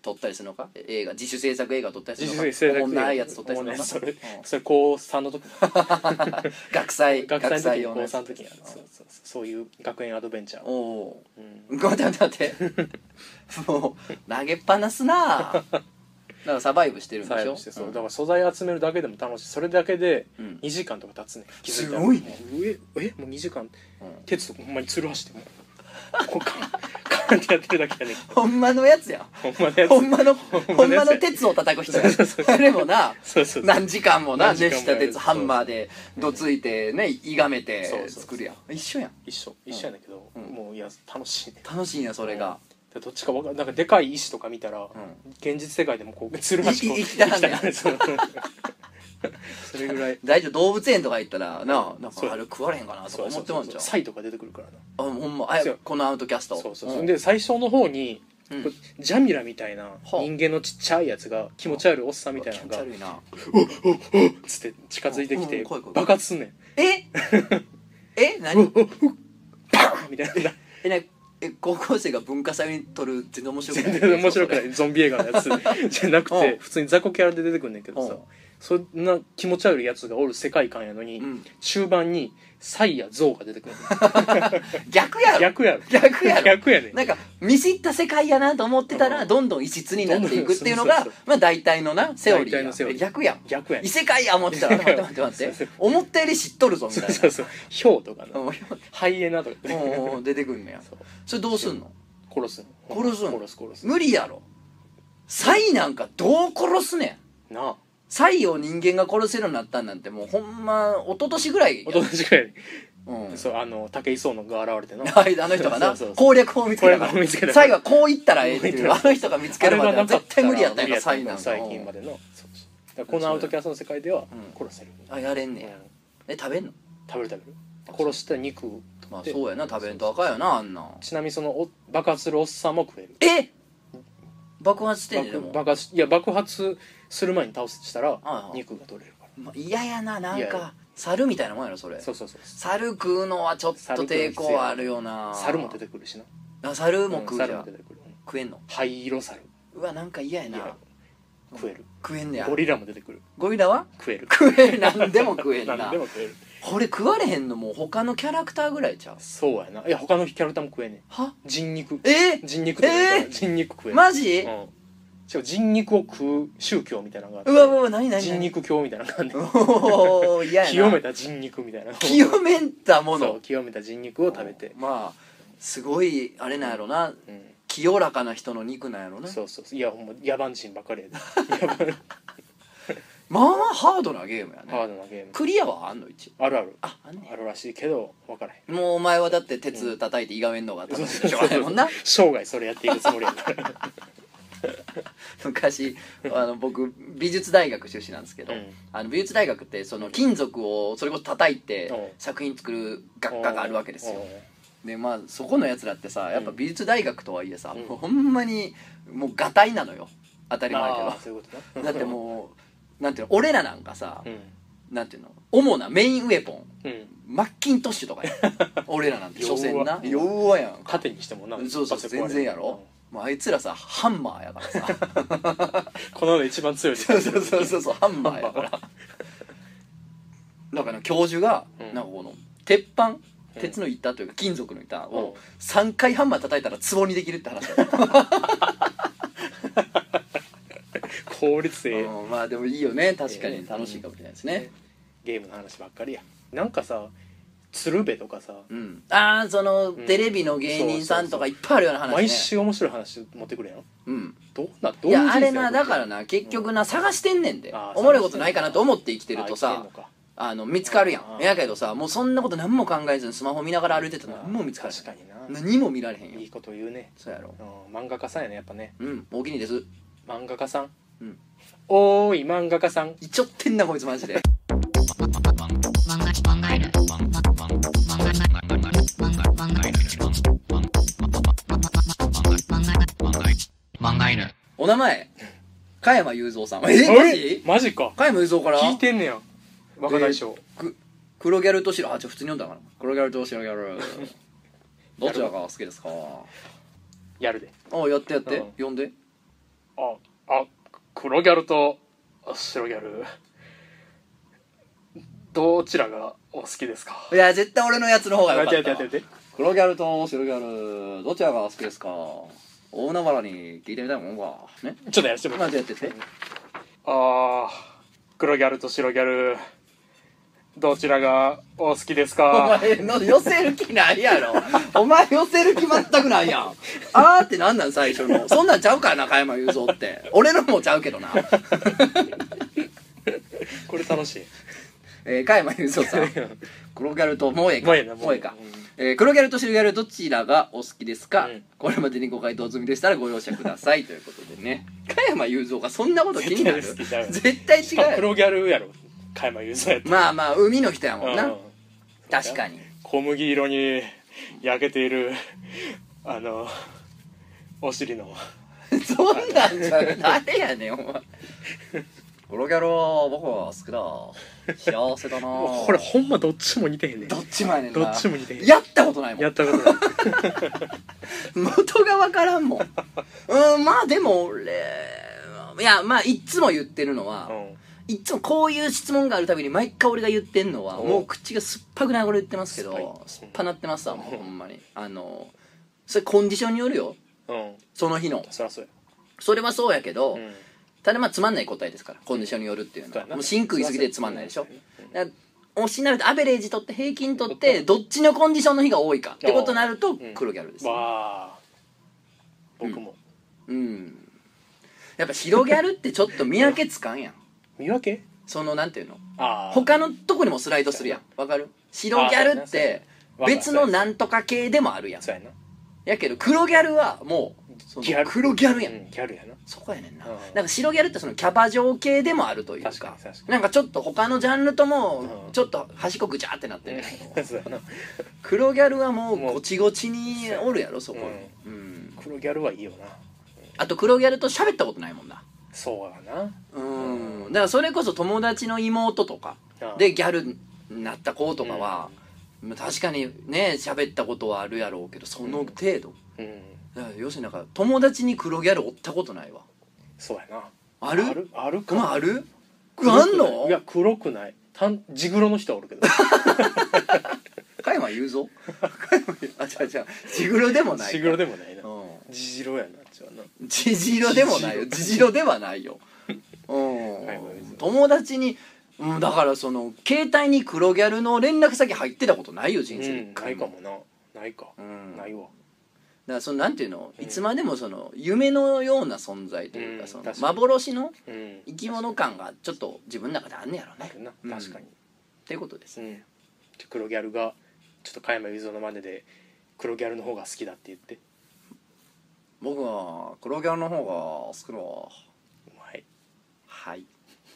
Speaker 1: 撮ったりするのか映画自主制作映画撮ったりす
Speaker 2: う
Speaker 1: るのか
Speaker 2: 自主制
Speaker 1: おも
Speaker 2: 作
Speaker 1: んないやつ撮ったりするの
Speaker 2: もうね
Speaker 1: か
Speaker 2: それ
Speaker 1: うん
Speaker 2: それ高3の時
Speaker 1: <laughs> 学祭
Speaker 2: 学祭の時
Speaker 1: 用
Speaker 2: 高
Speaker 1: のやつ
Speaker 2: 3の時にやるそうそうそうそういう学園アドベンチャー
Speaker 1: お
Speaker 2: を、
Speaker 1: お
Speaker 2: うん <laughs>
Speaker 1: 待って待って待ってもう投げっぱなすなあからサバイブしてるんで
Speaker 2: サ
Speaker 1: し
Speaker 2: イ
Speaker 1: ょ
Speaker 2: ブしてそう、だから素材集めるだけでも楽しいそれだけで
Speaker 1: うん
Speaker 2: 2時間とか経つね、気づい
Speaker 1: す
Speaker 2: た
Speaker 1: ごいね
Speaker 2: ええもう2時間
Speaker 1: うん
Speaker 2: 鉄とかほんまにつる走ってもうこうカンカンってやってるだけやね
Speaker 1: ほんまのやつやん
Speaker 2: ほんまのやつ
Speaker 1: ほんまのほ
Speaker 2: ほ
Speaker 1: ん
Speaker 2: ん
Speaker 1: ま
Speaker 2: まの
Speaker 1: の
Speaker 2: やつ
Speaker 1: 鉄を叩く人や
Speaker 2: そうそうそう
Speaker 1: あれもな
Speaker 2: そうそうそう
Speaker 1: 何時間もな
Speaker 2: 何時間
Speaker 1: 熱
Speaker 2: も
Speaker 1: した鉄
Speaker 2: やる
Speaker 1: ハンマーでどついてねいがめて
Speaker 2: そうそうそう
Speaker 1: 作るやん一緒やん
Speaker 2: 一緒一緒やねんけど、
Speaker 1: うん
Speaker 2: もういや楽しいね
Speaker 1: 楽しいなそれが
Speaker 2: でどっちかわかんなんかでかい石とか見たら、
Speaker 1: ん
Speaker 2: 現実世界でもこうつるはしこう
Speaker 1: いいきたがんねん
Speaker 2: いきたがんねんそうそれぐらい
Speaker 1: 大丈夫動物園とか行ったらななん
Speaker 2: そう
Speaker 1: かあれ食われへんかなとか思ってまうんじゃん
Speaker 2: サイとか出てくるからな
Speaker 1: あほんまあ
Speaker 2: そう
Speaker 1: このアウトキャスト
Speaker 2: そうそうそう、
Speaker 1: ん
Speaker 2: で最初の方に、
Speaker 1: うん
Speaker 2: こうジャミラみたいな
Speaker 1: あ
Speaker 2: 人間のちっちゃいやつが気持ち悪いおっさんみたいなの
Speaker 1: 気持
Speaker 2: が
Speaker 1: ち悪いな
Speaker 2: っつって近づいて
Speaker 1: う
Speaker 2: き
Speaker 1: んう
Speaker 2: て
Speaker 1: ん怖い怖い
Speaker 2: 爆発すんねん
Speaker 1: ええ何
Speaker 2: パンみたいな
Speaker 1: えなえ高校生が文化祭に撮る全然面白くない
Speaker 2: 全然面白くな
Speaker 1: そ
Speaker 2: いゾンビ映画の
Speaker 1: <laughs>
Speaker 2: やつじゃなく
Speaker 1: う
Speaker 2: て
Speaker 1: ん
Speaker 2: 普通に雑魚キャラで出てくんねんけど
Speaker 1: う
Speaker 2: さ
Speaker 1: ん
Speaker 2: そんな気持ち悪いやつがおる世界観やのに、
Speaker 1: うん
Speaker 2: 終盤にサイやゾウが
Speaker 1: <laughs>
Speaker 2: 出てくる
Speaker 1: れ逆やろ
Speaker 2: 逆やろ
Speaker 1: 逆やろ
Speaker 2: 逆やねん
Speaker 1: なんか見知った世界やなと思ってたら
Speaker 2: うん
Speaker 1: どんどん異質になっていくっていうの
Speaker 2: そ
Speaker 1: が
Speaker 2: うそう
Speaker 1: まあ大体のなセオリ
Speaker 2: 大体のセ
Speaker 1: ー
Speaker 2: オ
Speaker 1: や
Speaker 2: リー
Speaker 1: 逆やん
Speaker 2: 逆やね
Speaker 1: 異
Speaker 2: ん
Speaker 1: 世界や思ってたら
Speaker 2: <laughs>
Speaker 1: 待って待って待っ
Speaker 2: そう
Speaker 1: て思ったより知っとるぞみ
Speaker 2: そ
Speaker 1: た
Speaker 2: う
Speaker 1: い
Speaker 2: そうそうヒョウとか
Speaker 1: な
Speaker 2: な
Speaker 1: うん
Speaker 2: ハイエナとか出てくる
Speaker 1: うんうん出てくんのや
Speaker 2: そう
Speaker 1: それどうすんの
Speaker 2: 殺すの
Speaker 1: 殺すの
Speaker 2: 殺す殺す
Speaker 1: 無理やろサイなんかどう殺すねん
Speaker 2: なあ
Speaker 1: サイを人間が殺せるようになったんなんてもうほんま一昨年ぐらいや
Speaker 2: おとなしくやね
Speaker 1: うん
Speaker 2: そうあの武井壮のが現れてな
Speaker 1: あいあの人がな
Speaker 2: そうそうそう
Speaker 1: 攻略法を見つけた
Speaker 2: 攻
Speaker 1: か
Speaker 2: 略法を見つけた
Speaker 1: ら
Speaker 2: から
Speaker 1: サイはこう言ったらええ
Speaker 2: <laughs>
Speaker 1: っていうあの人が見つけるま
Speaker 2: あ
Speaker 1: で
Speaker 2: れ
Speaker 1: は
Speaker 2: がなか
Speaker 1: 絶
Speaker 2: った
Speaker 1: 対無理やったん
Speaker 2: 無理
Speaker 1: や
Speaker 2: や
Speaker 1: サイなんか
Speaker 2: 最近までのそうそうだからこのアウトキャストの世界では
Speaker 1: うん
Speaker 2: 殺せる、
Speaker 1: あやれん
Speaker 2: う
Speaker 1: ね
Speaker 2: ん
Speaker 1: やえ食べんの
Speaker 2: 食べる食べる殺した肉を
Speaker 1: まあ
Speaker 2: で
Speaker 1: そうやな食べんと赤やなあんなん
Speaker 2: ちなみにそのお爆発するおっさんも食える
Speaker 1: え爆発してんねんで
Speaker 2: 爆
Speaker 1: も
Speaker 2: 爆発いや爆発する前に倒すしたら
Speaker 1: はい
Speaker 2: 肉が取れるか
Speaker 1: まあ嫌やななん
Speaker 2: 嫌
Speaker 1: か
Speaker 2: や
Speaker 1: 猿みたいなもんやろそれ
Speaker 2: らそうそうそう
Speaker 1: 猿食うのはちょっと抵抗あるよな
Speaker 2: 猿も出てくるしな
Speaker 1: あ猿も食うじゃ
Speaker 2: うん猿
Speaker 1: ん
Speaker 2: も出てくるうん
Speaker 1: 食えんの
Speaker 2: 灰色猿
Speaker 1: うわなんか嫌や
Speaker 2: いや
Speaker 1: な
Speaker 2: 食える
Speaker 1: 食えんねや
Speaker 2: ゴリラも出てくる
Speaker 1: ゴリラ
Speaker 2: <laughs>
Speaker 1: は
Speaker 2: 食える
Speaker 1: 食えん何でも食えんな
Speaker 2: 何でも食える
Speaker 1: これ食われへんのもう他のキャラクターぐらいちゃう
Speaker 2: そうやないや他のキャラクターも食えね
Speaker 1: は
Speaker 2: え人肉
Speaker 1: え
Speaker 2: 人肉食えるから
Speaker 1: えー
Speaker 2: 人肉食える
Speaker 1: マジ
Speaker 2: うんしかも人肉を食う宗教みたいなのがあって
Speaker 1: うわうわうわ何何
Speaker 2: 人肉教みたいなのがあんねん
Speaker 1: おお嫌やな
Speaker 2: <laughs> 清めた人肉みたいな
Speaker 1: 清めたも
Speaker 2: そう
Speaker 1: の
Speaker 2: 清めた人肉を食べて
Speaker 1: まあすごいあれなんやろな
Speaker 2: うん
Speaker 1: 清らかな人の肉なんやろな
Speaker 2: そうそうそういやほんま野蛮人ばっか
Speaker 1: <laughs>
Speaker 2: りやで野蛮
Speaker 1: まあまあハードなゲームや
Speaker 2: ハー
Speaker 1: ね
Speaker 2: ドなゲーム
Speaker 1: クリアはあんの一応
Speaker 2: あるある
Speaker 1: ああんね
Speaker 2: あるらしいけど分からへん
Speaker 1: やもうお前はだって鉄叩いていがめんのが楽しいでしょあれもんな
Speaker 2: 生涯それやっていくつもりやから
Speaker 1: <laughs> 昔あの僕美術大学出身なんですけど、
Speaker 2: うん
Speaker 1: あの美術大学ってその金属をそれこそ叩いて
Speaker 2: うん
Speaker 1: 作品作る学科があるわけですよ
Speaker 2: う
Speaker 1: でまあそこのやつらってさやっぱ美術大学とはいえさ、
Speaker 2: うん
Speaker 1: もうほんまにもうがたいなのよ当た
Speaker 2: ん
Speaker 1: り前や
Speaker 2: あー
Speaker 1: け
Speaker 2: そういうこと
Speaker 1: ど
Speaker 2: な
Speaker 1: だってもうなんていうの俺らなんかさ、
Speaker 2: うん
Speaker 1: なんていうの主なメインウェポン
Speaker 2: うん
Speaker 1: マッキントッシュとか <laughs> や俺らなんて所詮な
Speaker 2: 弱
Speaker 1: 弱やんか
Speaker 2: 縦にしてもな
Speaker 1: そうそう
Speaker 2: パセコン
Speaker 1: 全然やろ、もうあいつらさハンマーやからさ
Speaker 2: うんこの世で一番強
Speaker 1: <laughs>
Speaker 2: い
Speaker 1: そうそうそう
Speaker 2: う
Speaker 1: そうそうハンマーやからだから教授が、
Speaker 2: うん
Speaker 1: なんかこの鉄板鉄の板というか金属の板を
Speaker 2: うん
Speaker 1: 3回ハンマー叩いたら壺にできるって話だった
Speaker 2: 効率ええ
Speaker 1: うんまあでもいいよね確か
Speaker 2: う
Speaker 1: に
Speaker 2: ん
Speaker 1: 楽しいかもしれないですね
Speaker 2: ゲームの話ばっかりやなんかさ鶴瓶とかさ
Speaker 1: うんああその
Speaker 2: ん
Speaker 1: テレビの芸人さんとかいっぱいあるような話ね
Speaker 2: 毎週面白い話持ってくるやん
Speaker 1: うん
Speaker 2: どうなど
Speaker 1: いう
Speaker 2: いう
Speaker 1: やあれ
Speaker 2: 人
Speaker 1: な
Speaker 2: 生送って
Speaker 1: だからな結局な探してんねんで
Speaker 2: あー
Speaker 1: おもろいことないかなと思って生きてると
Speaker 2: あ
Speaker 1: さ
Speaker 2: 生きてんのか
Speaker 1: あの見つかるや
Speaker 2: あ
Speaker 1: ん
Speaker 2: ー
Speaker 1: やけどさもうそんなこと何も考えずにスマホ見ながら歩いてたら
Speaker 2: あー
Speaker 1: 何も見つかる
Speaker 2: 確かにな
Speaker 1: 何も見られへん
Speaker 2: い
Speaker 1: よ
Speaker 2: いこと言うね
Speaker 1: そうやろ
Speaker 2: うん漫画家さんやねやっぱね
Speaker 1: うんお気に入りです
Speaker 2: 漫画家さん、
Speaker 1: うん
Speaker 2: おーい漫画家さん
Speaker 1: いちょってんなこいつマジで <laughs>
Speaker 3: Mangainer.
Speaker 1: お名前加山雄三さんえ
Speaker 2: あ
Speaker 1: マ
Speaker 2: れ
Speaker 1: ジ
Speaker 2: マジか
Speaker 1: 加山雄三から
Speaker 2: 聞いてんねや若大将、
Speaker 1: く黒ギャルと白あちょ普通に読んだかな黒ギャルと白ギャル <laughs> どちらが好きですか
Speaker 2: やるで
Speaker 1: あやってやって、
Speaker 2: うん
Speaker 1: 読んで
Speaker 2: ああ黒ギャルと白ギャルどちらがお好きですか
Speaker 1: いや絶対俺のやつの方が良か
Speaker 2: 待
Speaker 1: っ
Speaker 2: ったて待って待って
Speaker 1: 黒ギャルと白ギャルどちらが好きですか大海原に聞いてみたいもんかね
Speaker 2: ちょっとやらせてもら
Speaker 1: ま
Speaker 2: って
Speaker 1: ずやってて
Speaker 2: ああ黒ギャルと白ギャルどちらがお好きですか
Speaker 1: 前の寄せる気ないやろお前寄せる気全くないやんあーってなんなん最初のそんなんちゃうから中山雄三って俺のもちゃうけどな
Speaker 2: これ楽しい
Speaker 1: えー、加山雄三
Speaker 2: <laughs>
Speaker 1: さん黒ギャルと萌えか
Speaker 2: もうええな
Speaker 1: 萌えか、えー黒ギャルと白ギャルどちらがお好きですか、
Speaker 2: うん
Speaker 1: これまでにご回答済みでしたらご容赦くださ
Speaker 2: <laughs>
Speaker 1: いということでね加山雄三がそんなこと気になる
Speaker 2: 絶対好きだよ
Speaker 1: 絶対
Speaker 2: しかも
Speaker 1: 違うよ
Speaker 2: 黒ギャルやろ加山雄三やった
Speaker 1: まあまあ海の人やもんな、
Speaker 2: うん
Speaker 1: 確かに
Speaker 2: 小麦色に焼けている <laughs> あのお尻の
Speaker 1: そんなんじゃ誰やねんお前黒ギャルは僕は好きだ幸せだな
Speaker 2: これ <laughs> ほんまどっちも似てへんねん
Speaker 1: どっちもやねんな
Speaker 2: どっちも似てへん
Speaker 1: やったことないもん
Speaker 2: やったことない
Speaker 1: <laughs> 元が分からん
Speaker 2: <laughs>
Speaker 1: もんうんまあでも俺いやまあいっつも言ってるのは、いっつもこういう質問があるたびに毎回俺が言ってんのは
Speaker 2: お
Speaker 1: もう口が酸っぱくなる頃言ってますけど
Speaker 2: 酸
Speaker 1: 酸
Speaker 2: っぱい
Speaker 1: っぱなってますわもうほんまにあのそれコンディションによるよ
Speaker 2: うんうん
Speaker 1: その日の
Speaker 2: そりゃそう
Speaker 1: それはそうやけど、
Speaker 2: やうん
Speaker 1: ただまあつまんない答えですからコンディションによるっていうの
Speaker 2: そう
Speaker 1: は
Speaker 2: やな
Speaker 1: もう真空いすぎてつまんないでしょ
Speaker 2: そうや
Speaker 1: だから推しになるとアベレージ取って平均取ってどっちのコンディションの日が多いかってことになると
Speaker 2: ん
Speaker 1: 黒ギャルです、ね
Speaker 2: わあ僕も
Speaker 1: うんやっぱ白ギャルってちょっと見分けつかん <laughs> やん
Speaker 2: 見分け
Speaker 1: そのなんていうの
Speaker 2: ああ
Speaker 1: 他のとこにもスライドするやんわかる白ギャルって
Speaker 2: あそうやな
Speaker 1: 別のなんとか系でもあるやん
Speaker 2: そうやな
Speaker 1: やけど黒ギャルはもうその
Speaker 2: ギャル
Speaker 1: 黒ギャルやん
Speaker 2: うんギャルやな
Speaker 1: そこやねんな
Speaker 2: うん
Speaker 1: なんか白ギャルってそのキャバ嬢系でもあるというか
Speaker 2: 確かに確かに
Speaker 1: なんかちょっと他のジャンルと
Speaker 2: う
Speaker 1: も
Speaker 2: ん
Speaker 1: ちょっと端っこぐちゃってなってるやん
Speaker 2: そうやな
Speaker 1: 黒ギャルはもう
Speaker 2: もう
Speaker 1: ごちごちにおるやろそこにうん
Speaker 2: 黒ギャルはいいよな
Speaker 1: あと黒ギャルと喋ったことないもんな
Speaker 2: そうやな
Speaker 1: うんだからそれこそ友達の妹とか
Speaker 2: ああ
Speaker 1: でギャルになった子とかは、まあ確かにね喋ったことはあるやろうけどその程度、
Speaker 2: うん
Speaker 1: だから要するになんか友達に黒ギャルおったことないわ
Speaker 2: そうやな
Speaker 1: ある
Speaker 2: あるある
Speaker 1: こ
Speaker 2: か
Speaker 1: のある
Speaker 2: 黒く
Speaker 1: あ
Speaker 2: ない
Speaker 1: んの
Speaker 2: いや黒くないたん地黒の人はおる
Speaker 1: <laughs>
Speaker 2: けど
Speaker 1: 加山雄三加山雄三
Speaker 2: <laughs>
Speaker 1: あ違う違うジグロでもない
Speaker 2: 地黒でもないな
Speaker 1: う
Speaker 2: 地白やなじゃあなん
Speaker 1: ジジロでもないよジ
Speaker 2: ジ
Speaker 1: ジロではないよう
Speaker 2: 加山雄
Speaker 1: ん
Speaker 2: 三
Speaker 1: 友達にうんだからその携帯に黒ギャルの連絡先入ってたことないよ人生で一
Speaker 2: な
Speaker 1: 回
Speaker 2: いかもなないか、
Speaker 1: うん
Speaker 2: ないわ
Speaker 1: だからそのなんていうの、
Speaker 2: うん
Speaker 1: いつまでもその夢のような存在というか,、
Speaker 2: うん
Speaker 1: その
Speaker 2: 確かに
Speaker 1: 幻の
Speaker 2: うん
Speaker 1: 生き物感がちょっと自分の中であんねやろね
Speaker 2: な
Speaker 1: うん
Speaker 2: 確かに、
Speaker 1: っていうことです
Speaker 2: うんじゃあ黒ギャルがちょっと加山雄三の真似で黒ギャルの方が好きだって言って
Speaker 1: 僕は黒ギャルの方が好きだわ
Speaker 2: うまい
Speaker 1: はい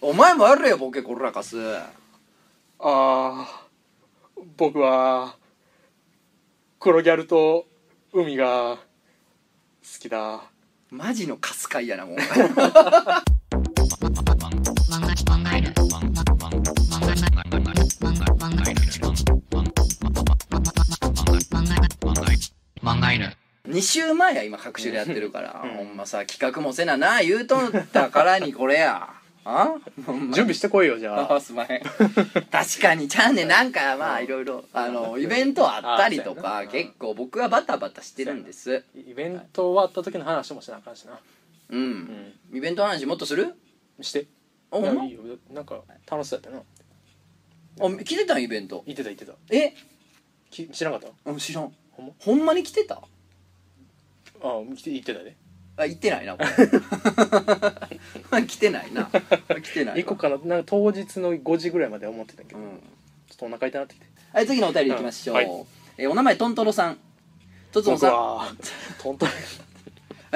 Speaker 1: お前もやれよボケコラカス
Speaker 2: あー僕は黒ギャルと海が好きだ
Speaker 1: マジのカスカイやなもう <laughs>
Speaker 3: Mangina.
Speaker 1: 2週前や今各週でやってるから、ほんまさ企画もせなな言うとったからにこれやあほんま
Speaker 2: 準備してこいよじゃ
Speaker 1: あ
Speaker 2: あ
Speaker 1: あすまへん確
Speaker 2: <laughs>
Speaker 1: かにちゃんねなんかまあいろいろあのイベントあったりと
Speaker 2: あそうや
Speaker 1: か
Speaker 2: な
Speaker 1: 結構僕はバタバタしてるんです
Speaker 2: イベント終わった時の話もしなあかんしな
Speaker 1: うん、イベントの話もっとする
Speaker 2: して
Speaker 1: あほんま
Speaker 2: いいよなんか楽しそうやったな
Speaker 1: あ来てたんイベント
Speaker 2: 言ってた言ってた
Speaker 1: え
Speaker 2: き知らなかった
Speaker 1: うん知らん
Speaker 2: ほんま
Speaker 1: ほんまに来てた
Speaker 2: あ言って言ってたね
Speaker 1: あ行ってない
Speaker 2: <laughs>
Speaker 1: なこれ来てないな来てないわ
Speaker 2: 行こうかななんか当日の5時ぐらいまでは思ってたけど、
Speaker 1: うん
Speaker 2: ちょっとお腹痛なってきて
Speaker 1: はい次のお便りいきましょう、
Speaker 2: はい
Speaker 1: えーお名前トントロさんとつも
Speaker 2: 僕
Speaker 1: さん
Speaker 2: は
Speaker 1: <laughs>
Speaker 2: トントン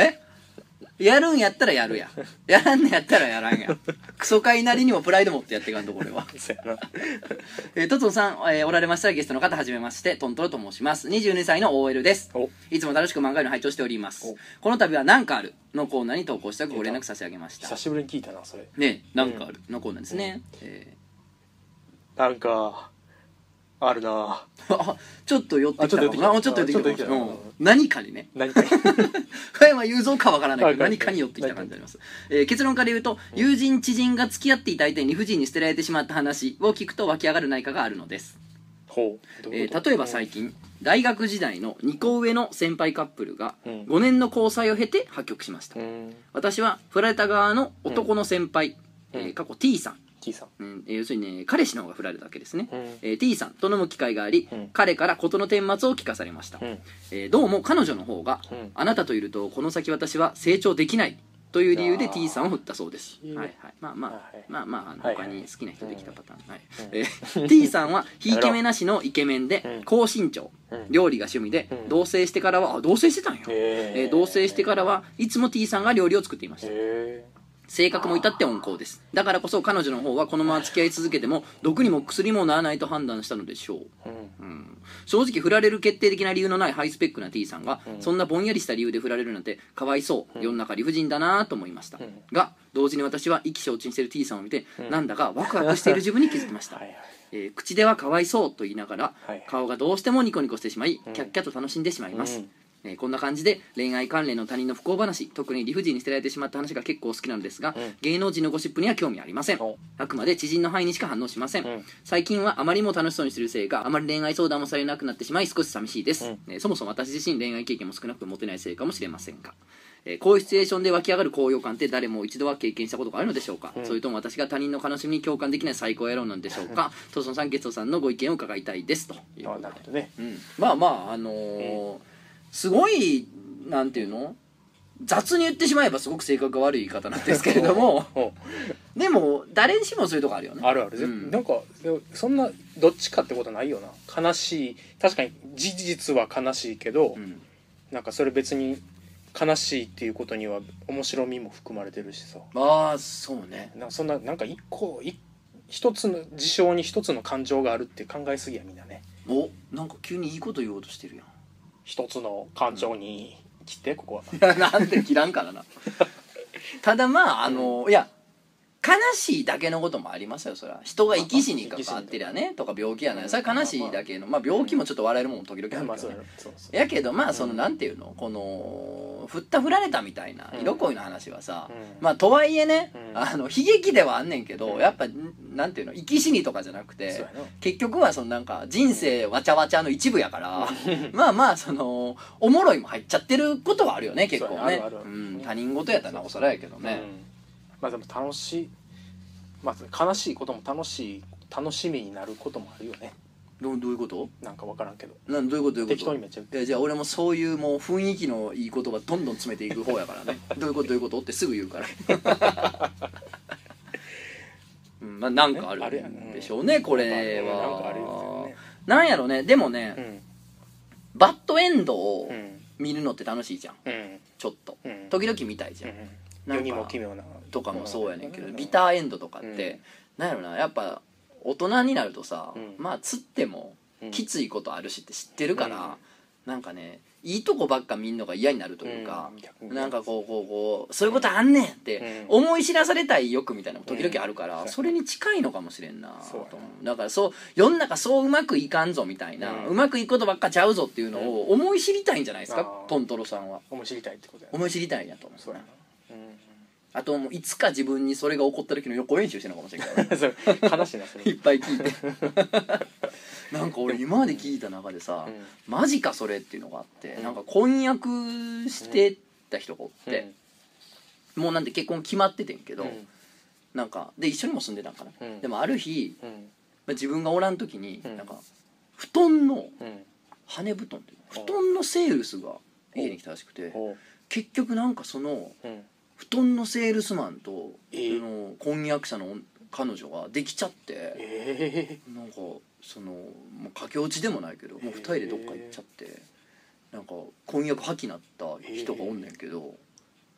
Speaker 1: えやるんやったらやるややらんのやったらやらんやクソ会なりにもプライド持ってやっていかんとこれは
Speaker 2: そうやな
Speaker 1: えー、トトンさん、えーおられましたらゲストの方はじめましてトントロと申します22歳の OL です
Speaker 2: お
Speaker 1: いつも楽しく漫画の拝聴しております
Speaker 2: お
Speaker 1: この度は「なんかある」のコーナーに投稿したくご連絡差し上げました
Speaker 2: 久しぶりに聞いたなそれ
Speaker 1: ねえなんかある」のコーナーですね、え
Speaker 2: なんかあるな
Speaker 1: ーあちょっと寄ってきたかも
Speaker 2: あ
Speaker 1: あ
Speaker 2: ち
Speaker 1: ち
Speaker 2: ょ
Speaker 1: ょ
Speaker 2: っ
Speaker 1: っ
Speaker 2: と
Speaker 1: と
Speaker 2: 寄
Speaker 1: 寄
Speaker 2: っ
Speaker 1: っててきた
Speaker 2: きたちょっと寄ってきた
Speaker 1: うん何かにね
Speaker 2: 何か
Speaker 1: 加山雄三かわからないけど
Speaker 2: わかんない
Speaker 1: 何かに寄ってきた感じあります、えー結論から言うと、友人知人が付き合っていた相手に理不尽に捨てられてしまった話を聞くと湧き上がる何かがあるのです
Speaker 2: <laughs> ほうどうい
Speaker 1: え
Speaker 2: うこと
Speaker 1: ー例えば最近大学時代の2個上の先輩カップルが
Speaker 2: うん
Speaker 1: 5年の交際を経て破局しました、
Speaker 2: うん
Speaker 1: 私は振られた側の男の先輩、
Speaker 2: うん
Speaker 1: えー過去 T さん
Speaker 2: T さん
Speaker 1: うんえー要するにね彼氏の方が振られたわけですね、
Speaker 2: うん
Speaker 1: えー T さんと飲む機会があり、
Speaker 2: うん
Speaker 1: 彼から事の顛末を聞かされました、
Speaker 2: うん
Speaker 1: えーどうも彼女の方が、
Speaker 2: うん
Speaker 1: あなたといるとこの先私は成長できないという理由で
Speaker 2: あー
Speaker 1: T さんを振ったそうです、
Speaker 2: いいね
Speaker 1: はいはい、まあまあ、
Speaker 2: はい
Speaker 1: まあまああ
Speaker 2: は
Speaker 1: の
Speaker 2: いは
Speaker 1: 他
Speaker 2: い
Speaker 1: に好きな人できたパターン、はい
Speaker 2: うん
Speaker 1: えー T さんはひいき目なしのイケメンで
Speaker 2: うん
Speaker 1: 高身長、
Speaker 2: うん
Speaker 1: 料理が趣味で、
Speaker 2: うん
Speaker 1: 同棲してからはあ同棲してたんや、
Speaker 2: へー
Speaker 1: えー同棲してからはいつも T さんが料理を作っていました
Speaker 2: へ
Speaker 1: 性格も至って温厚ですだからこそ彼女の方はこのまま付き合い続けても毒にも薬にもならないと判断したのでしょう、
Speaker 2: えうん
Speaker 1: うん、正直振られる決定的な理由のないハイスペックな T さんが、
Speaker 2: うん
Speaker 1: そんなぼんやりした理由で振られるなんてかわいそう、世の中理不尽だなと思いました、
Speaker 2: ん
Speaker 1: が同時に私は意気消沈している T さんを見て、
Speaker 2: ん
Speaker 1: なんだかワクワクしている自分に気づきました
Speaker 2: はいはい
Speaker 1: えー口ではかわいそうと言いながら、
Speaker 2: はい
Speaker 1: 顔がどうしてもニコニコしてしまい、
Speaker 2: ん
Speaker 1: キャッキャと楽しんでしまいます、
Speaker 2: うん
Speaker 1: えーこんな感じで恋愛関連の他人の不幸話特に理不尽に捨てられてしまった話が結構好きなのですが、
Speaker 2: うん
Speaker 1: 芸能人のゴシップには興味ありません
Speaker 2: お
Speaker 1: あくまで知人の範囲にしか反応しません、
Speaker 2: うん
Speaker 1: 最近はあまりにも楽しそうにしてるせいかあまり恋愛相談もされなくなってしまい少し寂しいです、
Speaker 2: うん
Speaker 1: えーそもそも私自身恋愛経験も少なく持てないせいかもしれませんがえーこういうシチュエーションで湧き上がる高揚感って誰も一度は経験したことがあるのでしょうか、
Speaker 2: うん
Speaker 1: それとも私が他人の悲しみに共感できない最高野郎なんでしょうかトソンさんゲストさんのご意見を伺いたいですという
Speaker 2: あなるほどね
Speaker 1: うん、まあまああのーすごいなんていうの雑に言ってしまえばすごく性格が悪い言い方なんですけれど <laughs> も
Speaker 2: お
Speaker 1: でも誰にしもそういうとこあるよね
Speaker 2: あるある、
Speaker 1: うん
Speaker 2: なんかでもそんなどっちかってことないよな悲しい確かに事実は悲しいけど、
Speaker 1: うん
Speaker 2: なんかそれ別に悲しいっていうことには面白みも含まれてるしさ
Speaker 1: まあそうね
Speaker 2: なんかそんななんか一個い一つの事象に一つの感情があるって考えすぎやみんなね
Speaker 1: おなんか急にいいこと言おうとしてるやん
Speaker 2: 一つの感情に来てここは、
Speaker 1: <laughs> なんて切らんからな <laughs> ただまああのーいや悲しいだけのこともありますよそれは人が生き死にかかってりゃねとか病気やないそれは悲しいだけのまあ病気もちょっと笑えるもんも時々あるけど、ね
Speaker 2: まあそうやろそうそう
Speaker 1: やけどまあその
Speaker 2: うん
Speaker 1: なんていうのこの振った振られたみたいな
Speaker 2: うん
Speaker 1: 色恋の話はさ、
Speaker 2: うん
Speaker 1: まあとはいえね、
Speaker 2: うん
Speaker 1: あの悲劇ではあんねんけど、
Speaker 2: うん
Speaker 1: やっぱなんていうの生き死にとかじゃなく
Speaker 2: そう
Speaker 1: て
Speaker 2: やな
Speaker 1: 結局はそのなんか人生わちゃわちゃの一部やから、 <laughs> まあまあそのおもろいも入っちゃってることはあるよね結構
Speaker 2: そうや
Speaker 1: ね
Speaker 2: なあるあるある
Speaker 1: うん、他人事やったらなおさらやけどね、
Speaker 2: うん、まあでも楽しい、まあ、悲しいことも楽しい楽しみになることもあるよね
Speaker 1: どうどういうこと
Speaker 2: なんか分からんけど
Speaker 1: なんどういうことどういう
Speaker 2: 適
Speaker 1: こ
Speaker 2: 当
Speaker 1: と
Speaker 2: にめっちゃ
Speaker 1: いやじゃあ俺もそういうもう雰囲気のいい言葉どんどん詰めていく方やから
Speaker 2: <laughs>
Speaker 1: ねどういうことどういうことってすぐ言うからうんまあなんかあ
Speaker 2: あれ
Speaker 1: る
Speaker 2: やね
Speaker 1: んでしょうねこれ
Speaker 2: なんかある
Speaker 1: は
Speaker 2: よね
Speaker 1: なんやろねでもね、バッドエンドを
Speaker 2: うんうん
Speaker 1: 見るのって楽しいじゃん
Speaker 2: うん
Speaker 1: ちょっと
Speaker 2: うん
Speaker 1: 時々見たいじゃん
Speaker 2: う
Speaker 1: なんんか
Speaker 2: 世にも奇妙な
Speaker 1: とかもそうやねんけど
Speaker 2: うん
Speaker 1: ビターエンドとかっ
Speaker 2: う
Speaker 1: て
Speaker 2: ん
Speaker 1: なんやろなやっぱ大人になるとさ
Speaker 2: うん
Speaker 1: まあつっても
Speaker 2: うん
Speaker 1: きついことあるしって知ってるからなんかねいいとこばっか見んのが嫌になるというか
Speaker 2: うん逆に
Speaker 1: なんかこうこうこうそういうことあんねんって思い知らされたい欲みたいなのも時々あるか
Speaker 2: う
Speaker 1: ら
Speaker 2: ん
Speaker 1: それに近いのかもしれんなと
Speaker 2: そう
Speaker 1: 思
Speaker 2: や
Speaker 1: うだからそう世の中そううまくいかんぞみたいな
Speaker 2: うん
Speaker 1: うまくいくことばっかちゃうぞっていうのを思い知りたいんじゃないですか
Speaker 2: あー
Speaker 1: トントロさんは
Speaker 2: 面白いたいってことやな
Speaker 1: 思い知りたいんやと思う
Speaker 2: そうやな
Speaker 1: あともういつか自分にそれが起こった時の予行演習してるのかもしれない
Speaker 2: <laughs>
Speaker 1: からね
Speaker 2: うんそう悲し
Speaker 1: <laughs>
Speaker 2: いなそれ
Speaker 1: いっぱい聞いて
Speaker 2: <laughs>
Speaker 1: なんか俺今まで聞いた中でさ、
Speaker 2: うん
Speaker 1: マジかそれっていうのがあって、
Speaker 2: うん
Speaker 1: なんか婚約してた人がおって、もうなんて結婚決まっててんけ
Speaker 2: う
Speaker 1: ど、
Speaker 2: ん
Speaker 1: なんかで一緒にも住んでたんかな、
Speaker 2: うん
Speaker 1: でもある日、
Speaker 2: うん
Speaker 1: まあ自分がおらん時に、
Speaker 2: うん
Speaker 1: なんか布団の
Speaker 2: うん
Speaker 1: 羽布団っていう
Speaker 2: お
Speaker 1: の布団のセールスが家に来たらしくて
Speaker 2: おう
Speaker 1: 結局なんかその
Speaker 2: うん
Speaker 1: 布団のセールスマンと、
Speaker 2: えー
Speaker 1: あの婚約者の彼女ができちゃって
Speaker 2: ええ
Speaker 1: なんかそのもう駆け落ちでもないけどもう
Speaker 2: えー
Speaker 1: 二人でどっか行っちゃって、なんか婚約破棄になった人がおんねんけど、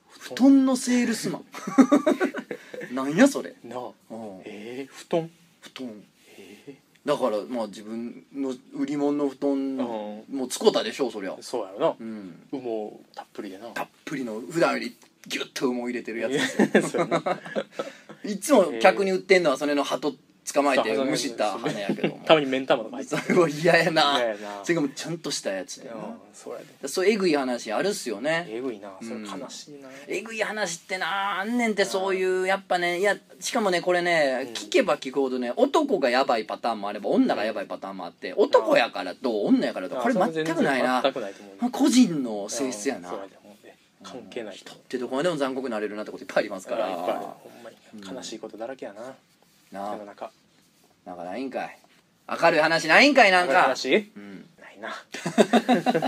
Speaker 1: 布団のセールスマン <laughs> なんやそれ、
Speaker 2: なあ
Speaker 1: うん
Speaker 2: ええ布団
Speaker 1: 布団
Speaker 2: え
Speaker 1: だからまあ自分の売り物の布団も
Speaker 2: う
Speaker 1: うつこたでしょうそりゃ
Speaker 2: えそうやろ
Speaker 1: う
Speaker 2: なん羽毛たっぷりでな
Speaker 1: たっぷりの普段より
Speaker 2: <laughs>
Speaker 1: ギュッと羽毛入れてるやつ <laughs>
Speaker 2: ええそうやない
Speaker 1: つも客に売ってんのはそれの鳩捕まえて
Speaker 2: そう
Speaker 1: むしった花やけども
Speaker 2: <laughs> たまに目ん玉とか入って
Speaker 1: それは嫌やな
Speaker 2: 嫌やな
Speaker 1: それかもちゃんとしたやつ
Speaker 2: る
Speaker 1: や
Speaker 2: う
Speaker 1: なん
Speaker 2: それで
Speaker 1: そうえぐい話あるっすよね
Speaker 2: えぐいなそれ悲しいな、
Speaker 1: えぐい話ってなあんねんってそういうやっぱねいやしかもねこれね聞けば聞くほどね男がやばいパターンもあれば女がやばいパターンもあって男やからと女やからと
Speaker 2: あ
Speaker 1: これ全くないな
Speaker 2: 全くないと思う
Speaker 1: 個人の性質やな
Speaker 2: そうでほんで関係ない
Speaker 1: 人ってどこまでも残酷になれるなってこといっぱいありますか
Speaker 2: いっぱいある
Speaker 1: ら
Speaker 2: ほんまに悲しいことだらけやな、
Speaker 1: な
Speaker 2: 世
Speaker 1: あ
Speaker 2: の中
Speaker 1: なんかないんかい明るい話ないんかいなんか
Speaker 2: 悲しい
Speaker 1: うん
Speaker 2: ないな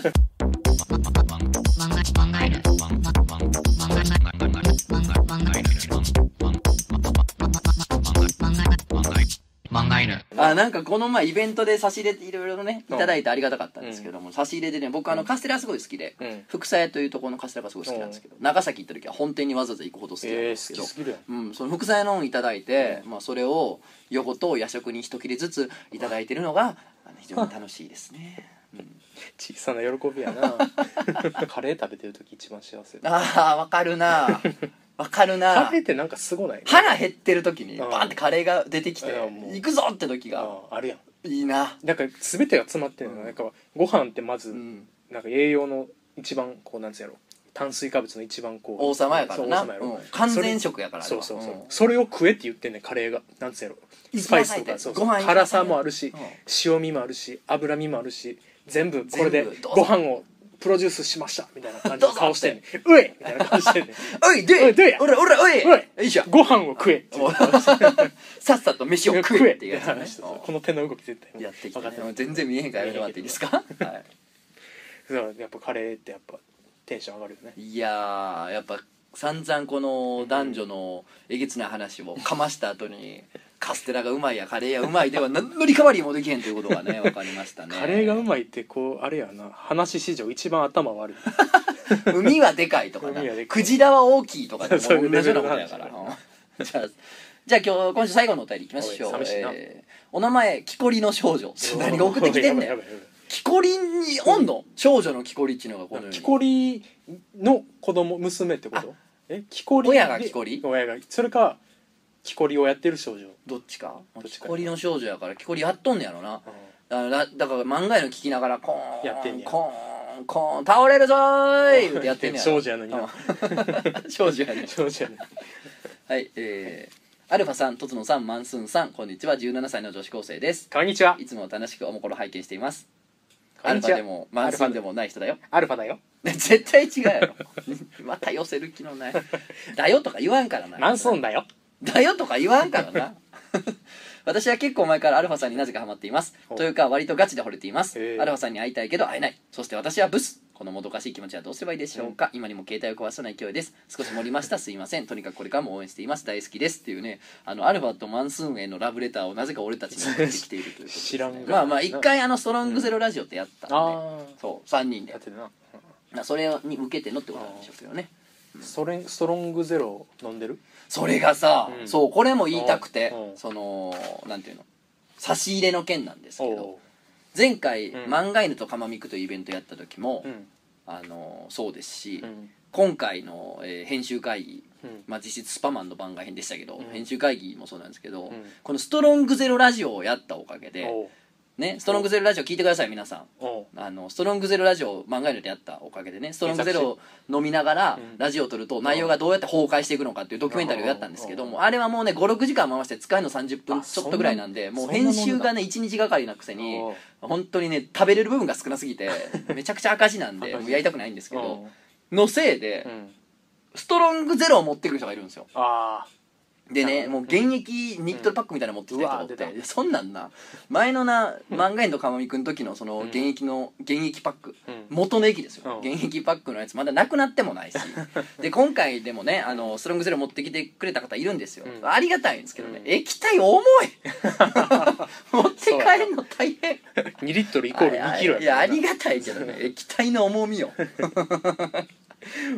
Speaker 1: あなんかこの前イベントで差し入れていろいろねい
Speaker 2: うん
Speaker 1: ただいてありがたかったんですけども、差し入れでね僕あのカステラすごい好きで、
Speaker 2: うん
Speaker 1: 福沢屋というところのカステラがすごい好きなんですけど、長崎行った時は本店にわざわざ行くほど好きなん
Speaker 2: え
Speaker 1: で
Speaker 2: ー、
Speaker 1: すけ
Speaker 2: 好き
Speaker 1: ど、
Speaker 2: すぎるやん
Speaker 1: うん、その副菜のをいただいて、まあ、それを横と夜食に一切れずついただいてるのがあの非常に楽しいです
Speaker 2: <laughs>
Speaker 1: ね、うん、
Speaker 2: 小さな喜び
Speaker 1: <laughs>
Speaker 2: やなカレー食べてる時一番幸せ
Speaker 1: あーわかるなわかる
Speaker 2: カ
Speaker 1: な
Speaker 2: レーってなんかすごない
Speaker 1: 腹減ってる時に
Speaker 2: うん
Speaker 1: バンってカレーが出てきて
Speaker 2: うんもう
Speaker 1: 行くぞって時が
Speaker 2: ああるやん
Speaker 1: いいな
Speaker 2: なんか全てが詰まってるの、
Speaker 1: うん
Speaker 2: なんかご飯ってまず、
Speaker 1: うん
Speaker 2: なんか栄養の一番こうなんつうやろ炭水化物の一番こう
Speaker 1: 王様やからな
Speaker 2: そう王様やろ
Speaker 1: うん完全食やから
Speaker 2: それそうそうそう、
Speaker 1: うん
Speaker 2: それを食えって言ってんねんカレーがなんつうやろ
Speaker 1: い
Speaker 2: スパイスとかそうそ
Speaker 1: ご
Speaker 2: う
Speaker 1: 飯いっぱい入って
Speaker 2: 辛さもあるし、
Speaker 1: ん
Speaker 2: 塩味もあるし脂身もあるし全部これ
Speaker 1: 全
Speaker 2: で
Speaker 1: 部どうぞ
Speaker 2: ご飯をプロデュースしましたみたいな感
Speaker 1: <laughs>
Speaker 2: じの顔してんねんうえみたいな顔してんねん
Speaker 1: おい
Speaker 2: お
Speaker 1: で
Speaker 2: いで
Speaker 1: おらおらおい
Speaker 2: おい
Speaker 1: よいしょ
Speaker 2: ご飯を食えって
Speaker 1: お <laughs> さっさと飯を食えっていうやつだ <laughs> ね
Speaker 2: そう <laughs> そうこの手の動き絶対もう
Speaker 1: やってきて
Speaker 2: 分か
Speaker 1: ね
Speaker 2: ってます
Speaker 1: 全然見えへんからやめてもらっていいですかは
Speaker 2: だからやっぱカレーってやっぱテンション上がるよね
Speaker 1: いいやーやっぱ散々この男女のえげつない話をかました後に <laughs> カステラがうまいやカレーやうまいでは何のリカバリーもできへんということが <laughs> ね分かりましたね
Speaker 2: カレーがうまいってこうあれやな話史上一番頭悪い
Speaker 1: 海はでかいとかな
Speaker 2: 海はでか
Speaker 1: ク
Speaker 2: い
Speaker 1: ジラは大きいとかでも
Speaker 2: そ
Speaker 1: 同
Speaker 2: うい
Speaker 1: じ
Speaker 2: う
Speaker 1: よ
Speaker 2: レベ
Speaker 1: う
Speaker 2: ル
Speaker 1: なこ
Speaker 2: の
Speaker 1: とやか
Speaker 2: 話
Speaker 1: ら <laughs> うんじゃあじゃあ今日今週最後のお便りいきましょう
Speaker 2: おい寂しいな
Speaker 1: えーお名前木こりの少女 <laughs> 何が送ってきてんね
Speaker 2: や
Speaker 1: ん
Speaker 2: ばいやばいやばい
Speaker 1: 木こりにおんの少女の木こりっちゅうのがこの世に
Speaker 2: 木こりの子供娘ってことえ木こりで
Speaker 1: 親が木こり
Speaker 2: 親がそれか木こりをやってる少女
Speaker 1: どっちか
Speaker 2: どっち
Speaker 1: 木
Speaker 2: か
Speaker 1: こりの少女やから木こりやっとんねやろなだからだから漫画の聞きながらコーン
Speaker 2: やってんねや
Speaker 1: コーンコーン倒れるぞーいってやってんねやろ
Speaker 2: 少女やのにな
Speaker 1: うん <laughs> 少女やね
Speaker 2: 少
Speaker 1: <laughs>
Speaker 2: 女やね
Speaker 1: はいえー、アルファさんとつのさんマンスーンさんこんにちは17歳の女子高生です
Speaker 2: こんにちはい
Speaker 1: つも楽しくおもころ拝見しています
Speaker 2: こ
Speaker 1: アル
Speaker 2: んに
Speaker 1: フ
Speaker 2: ち
Speaker 1: ァ
Speaker 2: は
Speaker 1: でもマンスーンでもない人だよ <laughs>
Speaker 2: アルファだよ
Speaker 1: 絶対違うやろ <laughs> また寄せる気のないだよとか言わんからな
Speaker 2: マンソンだよ
Speaker 1: だよとか言わんからな <laughs> 私は結構前からアルファさんになぜかハマっています
Speaker 2: ほう
Speaker 1: というか割とガチで惚れています
Speaker 2: へえ
Speaker 1: アルファさんに会いたいけど会えないそして私はブスこのもどかしい気持ちはどうすればいいでしょうか、今にも携帯を壊さない勢いです少し盛りましたすいませんとにかくこれからも応援しています大好きですっていうねあのアルファとマンスーンへのラブレターをなぜか俺たちに送ってきているということです、ね、
Speaker 2: 知らんがな
Speaker 1: まあまあ一回あのストロングゼロラジオってやったんで、
Speaker 2: あ
Speaker 1: そう3人
Speaker 2: あ
Speaker 1: で
Speaker 2: やってるな
Speaker 1: まあそれに受けてのってことなんでしょうけどね
Speaker 2: それストロングゼロ飲んでる
Speaker 1: それがさ、
Speaker 2: うん
Speaker 1: そうこれも言いたくて、
Speaker 2: うん
Speaker 1: そのなんていうの差し入れの件なんですけ
Speaker 2: お
Speaker 1: ど
Speaker 2: う
Speaker 1: 前回、
Speaker 2: うん
Speaker 1: 漫画犬とかまみくというイベントやった時も、
Speaker 2: うん
Speaker 1: あのそうですし、
Speaker 2: うん
Speaker 1: 今回の、えー編集会議、
Speaker 2: うん
Speaker 1: まあ、実質スパマンの番外編でしたけど、
Speaker 2: うん
Speaker 1: 編集会議もそうなんですけど、
Speaker 2: うん
Speaker 1: この「ストロングゼロラジオ」をやったおかげで、
Speaker 2: おう
Speaker 1: ね、ストロングゼロラジオ聞いてください皆さん。
Speaker 2: おう
Speaker 1: あのストロングゼロラジオを漫画犬でやったおかげでねストロングゼロを飲みながら
Speaker 2: うん
Speaker 1: ラジオを撮ると内容がどうやって崩壊していくのかっていうドキュメンタリーをやったんですけどもあれはもうね56時間回して使いの30分
Speaker 2: あ
Speaker 1: ちょっとぐらいなんで
Speaker 2: そんな
Speaker 1: もう編集がね1日がかりなくせに
Speaker 2: おう
Speaker 1: 本当にね食べれる部分が少なすぎてめちゃくちゃ赤字なんで
Speaker 2: <laughs> 赤字
Speaker 1: もうやりたくないんですけ
Speaker 2: お
Speaker 1: ど
Speaker 2: う
Speaker 1: のせいで
Speaker 2: うん
Speaker 1: ストロングゼロを持ってくる人がいるんですよ
Speaker 2: ああ
Speaker 1: で
Speaker 2: う
Speaker 1: ね
Speaker 2: ん
Speaker 1: もう現役ニットルパックみたいなの持ってきたりとかおっ
Speaker 2: うんう
Speaker 1: て
Speaker 2: わ出た
Speaker 1: いやそんなんな前のな漫画園とかまみくん時のその
Speaker 2: うん
Speaker 1: 現役の現役パック
Speaker 2: うん
Speaker 1: 元の駅ですよ
Speaker 2: うん
Speaker 1: 現役パックのやつまだなくなっても
Speaker 2: <laughs>
Speaker 1: ないしで今回でもねあのストロングゼロ持ってきてくれた方いるんですよ
Speaker 2: うん
Speaker 1: ありがたいんですけどね
Speaker 2: うん
Speaker 1: 液体
Speaker 2: <laughs>
Speaker 1: 重い持って帰るの大変
Speaker 2: 2リットルイコール2キロ
Speaker 1: いやあり
Speaker 2: が
Speaker 1: がたいけどね液体の重み
Speaker 2: <laughs>
Speaker 1: よ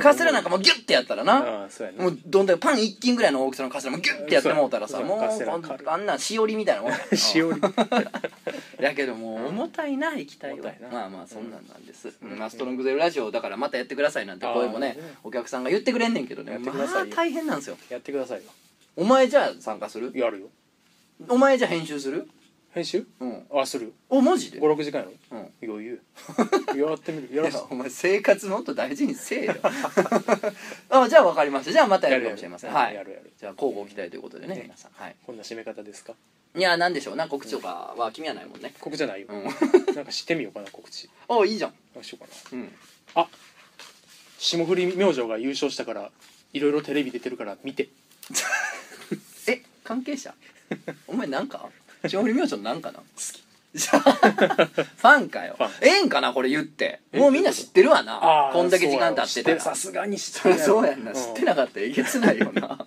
Speaker 1: カステラなんかもうギュッてやったらな
Speaker 2: ああそうやな
Speaker 1: もうどんだけパン一斤ぐらいの大きさのカステラもギュッてやってもうたらさ
Speaker 2: そう
Speaker 1: もう
Speaker 2: カステラ
Speaker 1: こんあんなんしおりみたいなもん
Speaker 2: <laughs>
Speaker 1: や
Speaker 2: しおり
Speaker 1: だけどもう重たいな液体
Speaker 2: 重
Speaker 1: は
Speaker 2: たいな
Speaker 1: まあまあそんなんなんです、うんまあ、ストロングゼロラジオだからまたやってくださいなんて声もね
Speaker 2: あーね
Speaker 1: お客さんが言ってくれんねんけどね
Speaker 2: やって
Speaker 1: ま
Speaker 2: くださいよ
Speaker 1: あ大変なんですよ
Speaker 2: やってくださいよ
Speaker 1: お前じゃあ参加する
Speaker 2: やるよ
Speaker 1: お前じゃあ編集する
Speaker 2: 編集
Speaker 1: うん
Speaker 2: あする
Speaker 1: おマジで
Speaker 2: 56時間やろ
Speaker 1: うん
Speaker 2: 余裕やってみるや
Speaker 1: い
Speaker 2: ろ
Speaker 1: や
Speaker 2: う
Speaker 1: お前生活もっと大事にせえ
Speaker 2: <laughs>
Speaker 1: よあじゃあ分かりましたじゃあまたやるかもしれません
Speaker 2: やるや
Speaker 1: は
Speaker 2: る
Speaker 1: い
Speaker 2: やるやる
Speaker 1: じゃあ交互期待ということでね
Speaker 2: ね
Speaker 1: 皆さんはい
Speaker 2: こんな締め方ですか
Speaker 1: いや何でしょうな告知とかは君はないもんね
Speaker 2: 告知じゃないよ
Speaker 1: う
Speaker 2: なんかしてみようかな告知
Speaker 1: んおいいじゃん
Speaker 2: 何しようかな
Speaker 1: うん
Speaker 2: 霜降り明星が優勝したからいろいろテレビ出てるから見て
Speaker 1: え関係者 <laughs> お前なんか霜降り明星のなんかな好きじゃあ <laughs> ファンかよ
Speaker 2: ファン
Speaker 1: ええんかなこれ言って
Speaker 2: え
Speaker 1: もうみんな知ってるわな
Speaker 2: ー
Speaker 1: こんだけ時間経っ
Speaker 2: そう
Speaker 1: て
Speaker 2: や
Speaker 1: た
Speaker 2: ろ知
Speaker 1: ら
Speaker 2: さすがに知っ
Speaker 1: そ
Speaker 2: て
Speaker 1: り
Speaker 2: る
Speaker 1: ゃそうやんな知ってな
Speaker 2: か
Speaker 1: かったらえげつないよな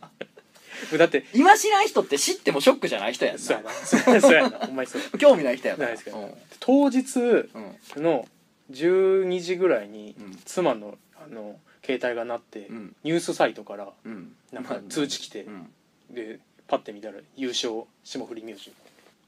Speaker 2: だって
Speaker 1: 今知らん人って知ってもショックじゃない人やん
Speaker 2: そうや
Speaker 1: な
Speaker 2: なそうやそうやなほんまにそうや
Speaker 1: 興味ない人やから
Speaker 2: ないですけど当日
Speaker 1: うんうん
Speaker 2: の12時ぐらいに
Speaker 1: うん
Speaker 2: 妻のあの携帯が鳴って
Speaker 1: うん
Speaker 2: ニュースサイトから
Speaker 1: うん
Speaker 2: なんか通知来て
Speaker 1: うん
Speaker 2: でパッて見たら優勝霜降りミュージック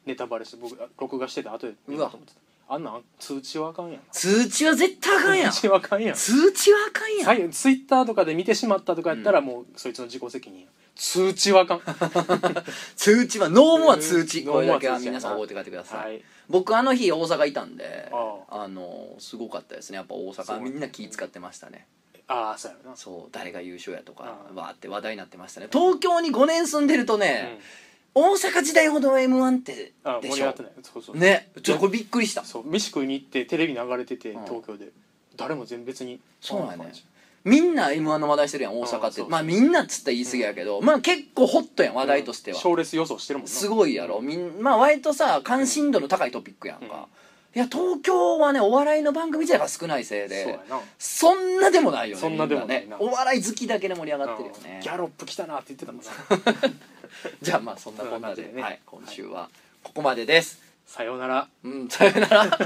Speaker 2: ネタバレして僕あ録画してた後で見ようと思ってたあんなん通知はあかんやん
Speaker 1: 通知は絶対あかんやん
Speaker 2: 通知はあかんやん
Speaker 1: 通知はあかんやん
Speaker 2: はいツイッターとかで見てしまったとかやったらもうそいつの自己責任や通知はあ
Speaker 1: <laughs>
Speaker 2: かん
Speaker 1: 通知はノーモア通知
Speaker 2: ノーモア
Speaker 1: これだけは
Speaker 2: 通知やな
Speaker 1: 皆さん覚えて帰ってくださ
Speaker 2: はいい
Speaker 1: 僕あの日大阪いたんで
Speaker 2: あ
Speaker 1: あのすごかったですねやっぱ大
Speaker 2: そう
Speaker 1: 阪みんな気使ってましたね
Speaker 2: ああそうやろな
Speaker 1: そう誰が優勝やとか
Speaker 2: ああ
Speaker 1: わーって話題になってましたね東京に5年住んでるとね、大阪時代ほど m 1って
Speaker 2: うんあ
Speaker 1: で
Speaker 2: 盛り
Speaker 1: し
Speaker 2: 上が
Speaker 1: ょ
Speaker 2: ってないそうそう
Speaker 1: ねちょっとこれびっくりした
Speaker 2: そう飯食いに行ってテレビ流れてて
Speaker 1: うん
Speaker 2: 東京で誰も全別に
Speaker 1: そうなんやね
Speaker 2: あ
Speaker 1: みんな m 1の話題してるやん大阪
Speaker 2: ああ
Speaker 1: っ
Speaker 2: そ
Speaker 1: て
Speaker 2: うそう
Speaker 1: まあみんなっつったら言い過ぎやけど、まあ結構ホットやん話題としては、
Speaker 2: 賞レース予想してるもんな
Speaker 1: すごいやろみんまあ割とさ関心度の高いトピックやんか、いや東京はねお笑いの番組自体が少ないせい
Speaker 2: そう
Speaker 1: で
Speaker 2: やな
Speaker 1: そんなでもないよね
Speaker 2: そんなでもないな
Speaker 1: みんねお笑い好きだけで盛り上がってるよ
Speaker 2: う
Speaker 1: ね
Speaker 2: んギャロップ来たなって言ってたもんな
Speaker 1: じゃあまあそんなこんなで
Speaker 2: そんな感じでね
Speaker 1: はい、今週はここまでです、
Speaker 2: さようなら
Speaker 1: うんさよなら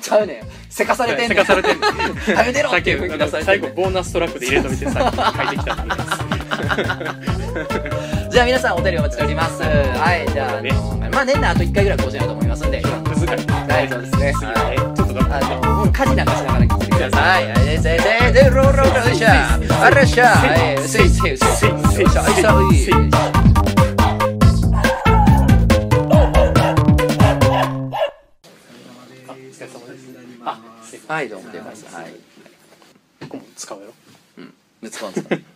Speaker 1: ちゃうねんせかされてんねん
Speaker 2: せかされてんね
Speaker 1: んやめてろっていうふうに出されて
Speaker 2: 最
Speaker 1: んね
Speaker 2: 後
Speaker 1: ん
Speaker 2: ボーナストラックで入れといてさっき書いてきたっていう
Speaker 1: じゃあ皆さんお便りお待ちしておりますはいじゃああのまあ年内あと1回ぐらい更新あると思いますんで
Speaker 2: 難しい
Speaker 1: はいそうですね
Speaker 2: 次はねちょっとだ
Speaker 1: あ
Speaker 2: か
Speaker 1: の、家事なんかしながら聞いてください。はい、で、で、で、で、ローローロー、よいしょ。あらっしゃ。はい、せいせいせい。よいしょ、よいしょよいしょ。
Speaker 2: あお疲れ様ですあ
Speaker 1: はい、どうも、出ます。はい。
Speaker 2: ここも使うやろ
Speaker 1: うん。ぶつかんですか。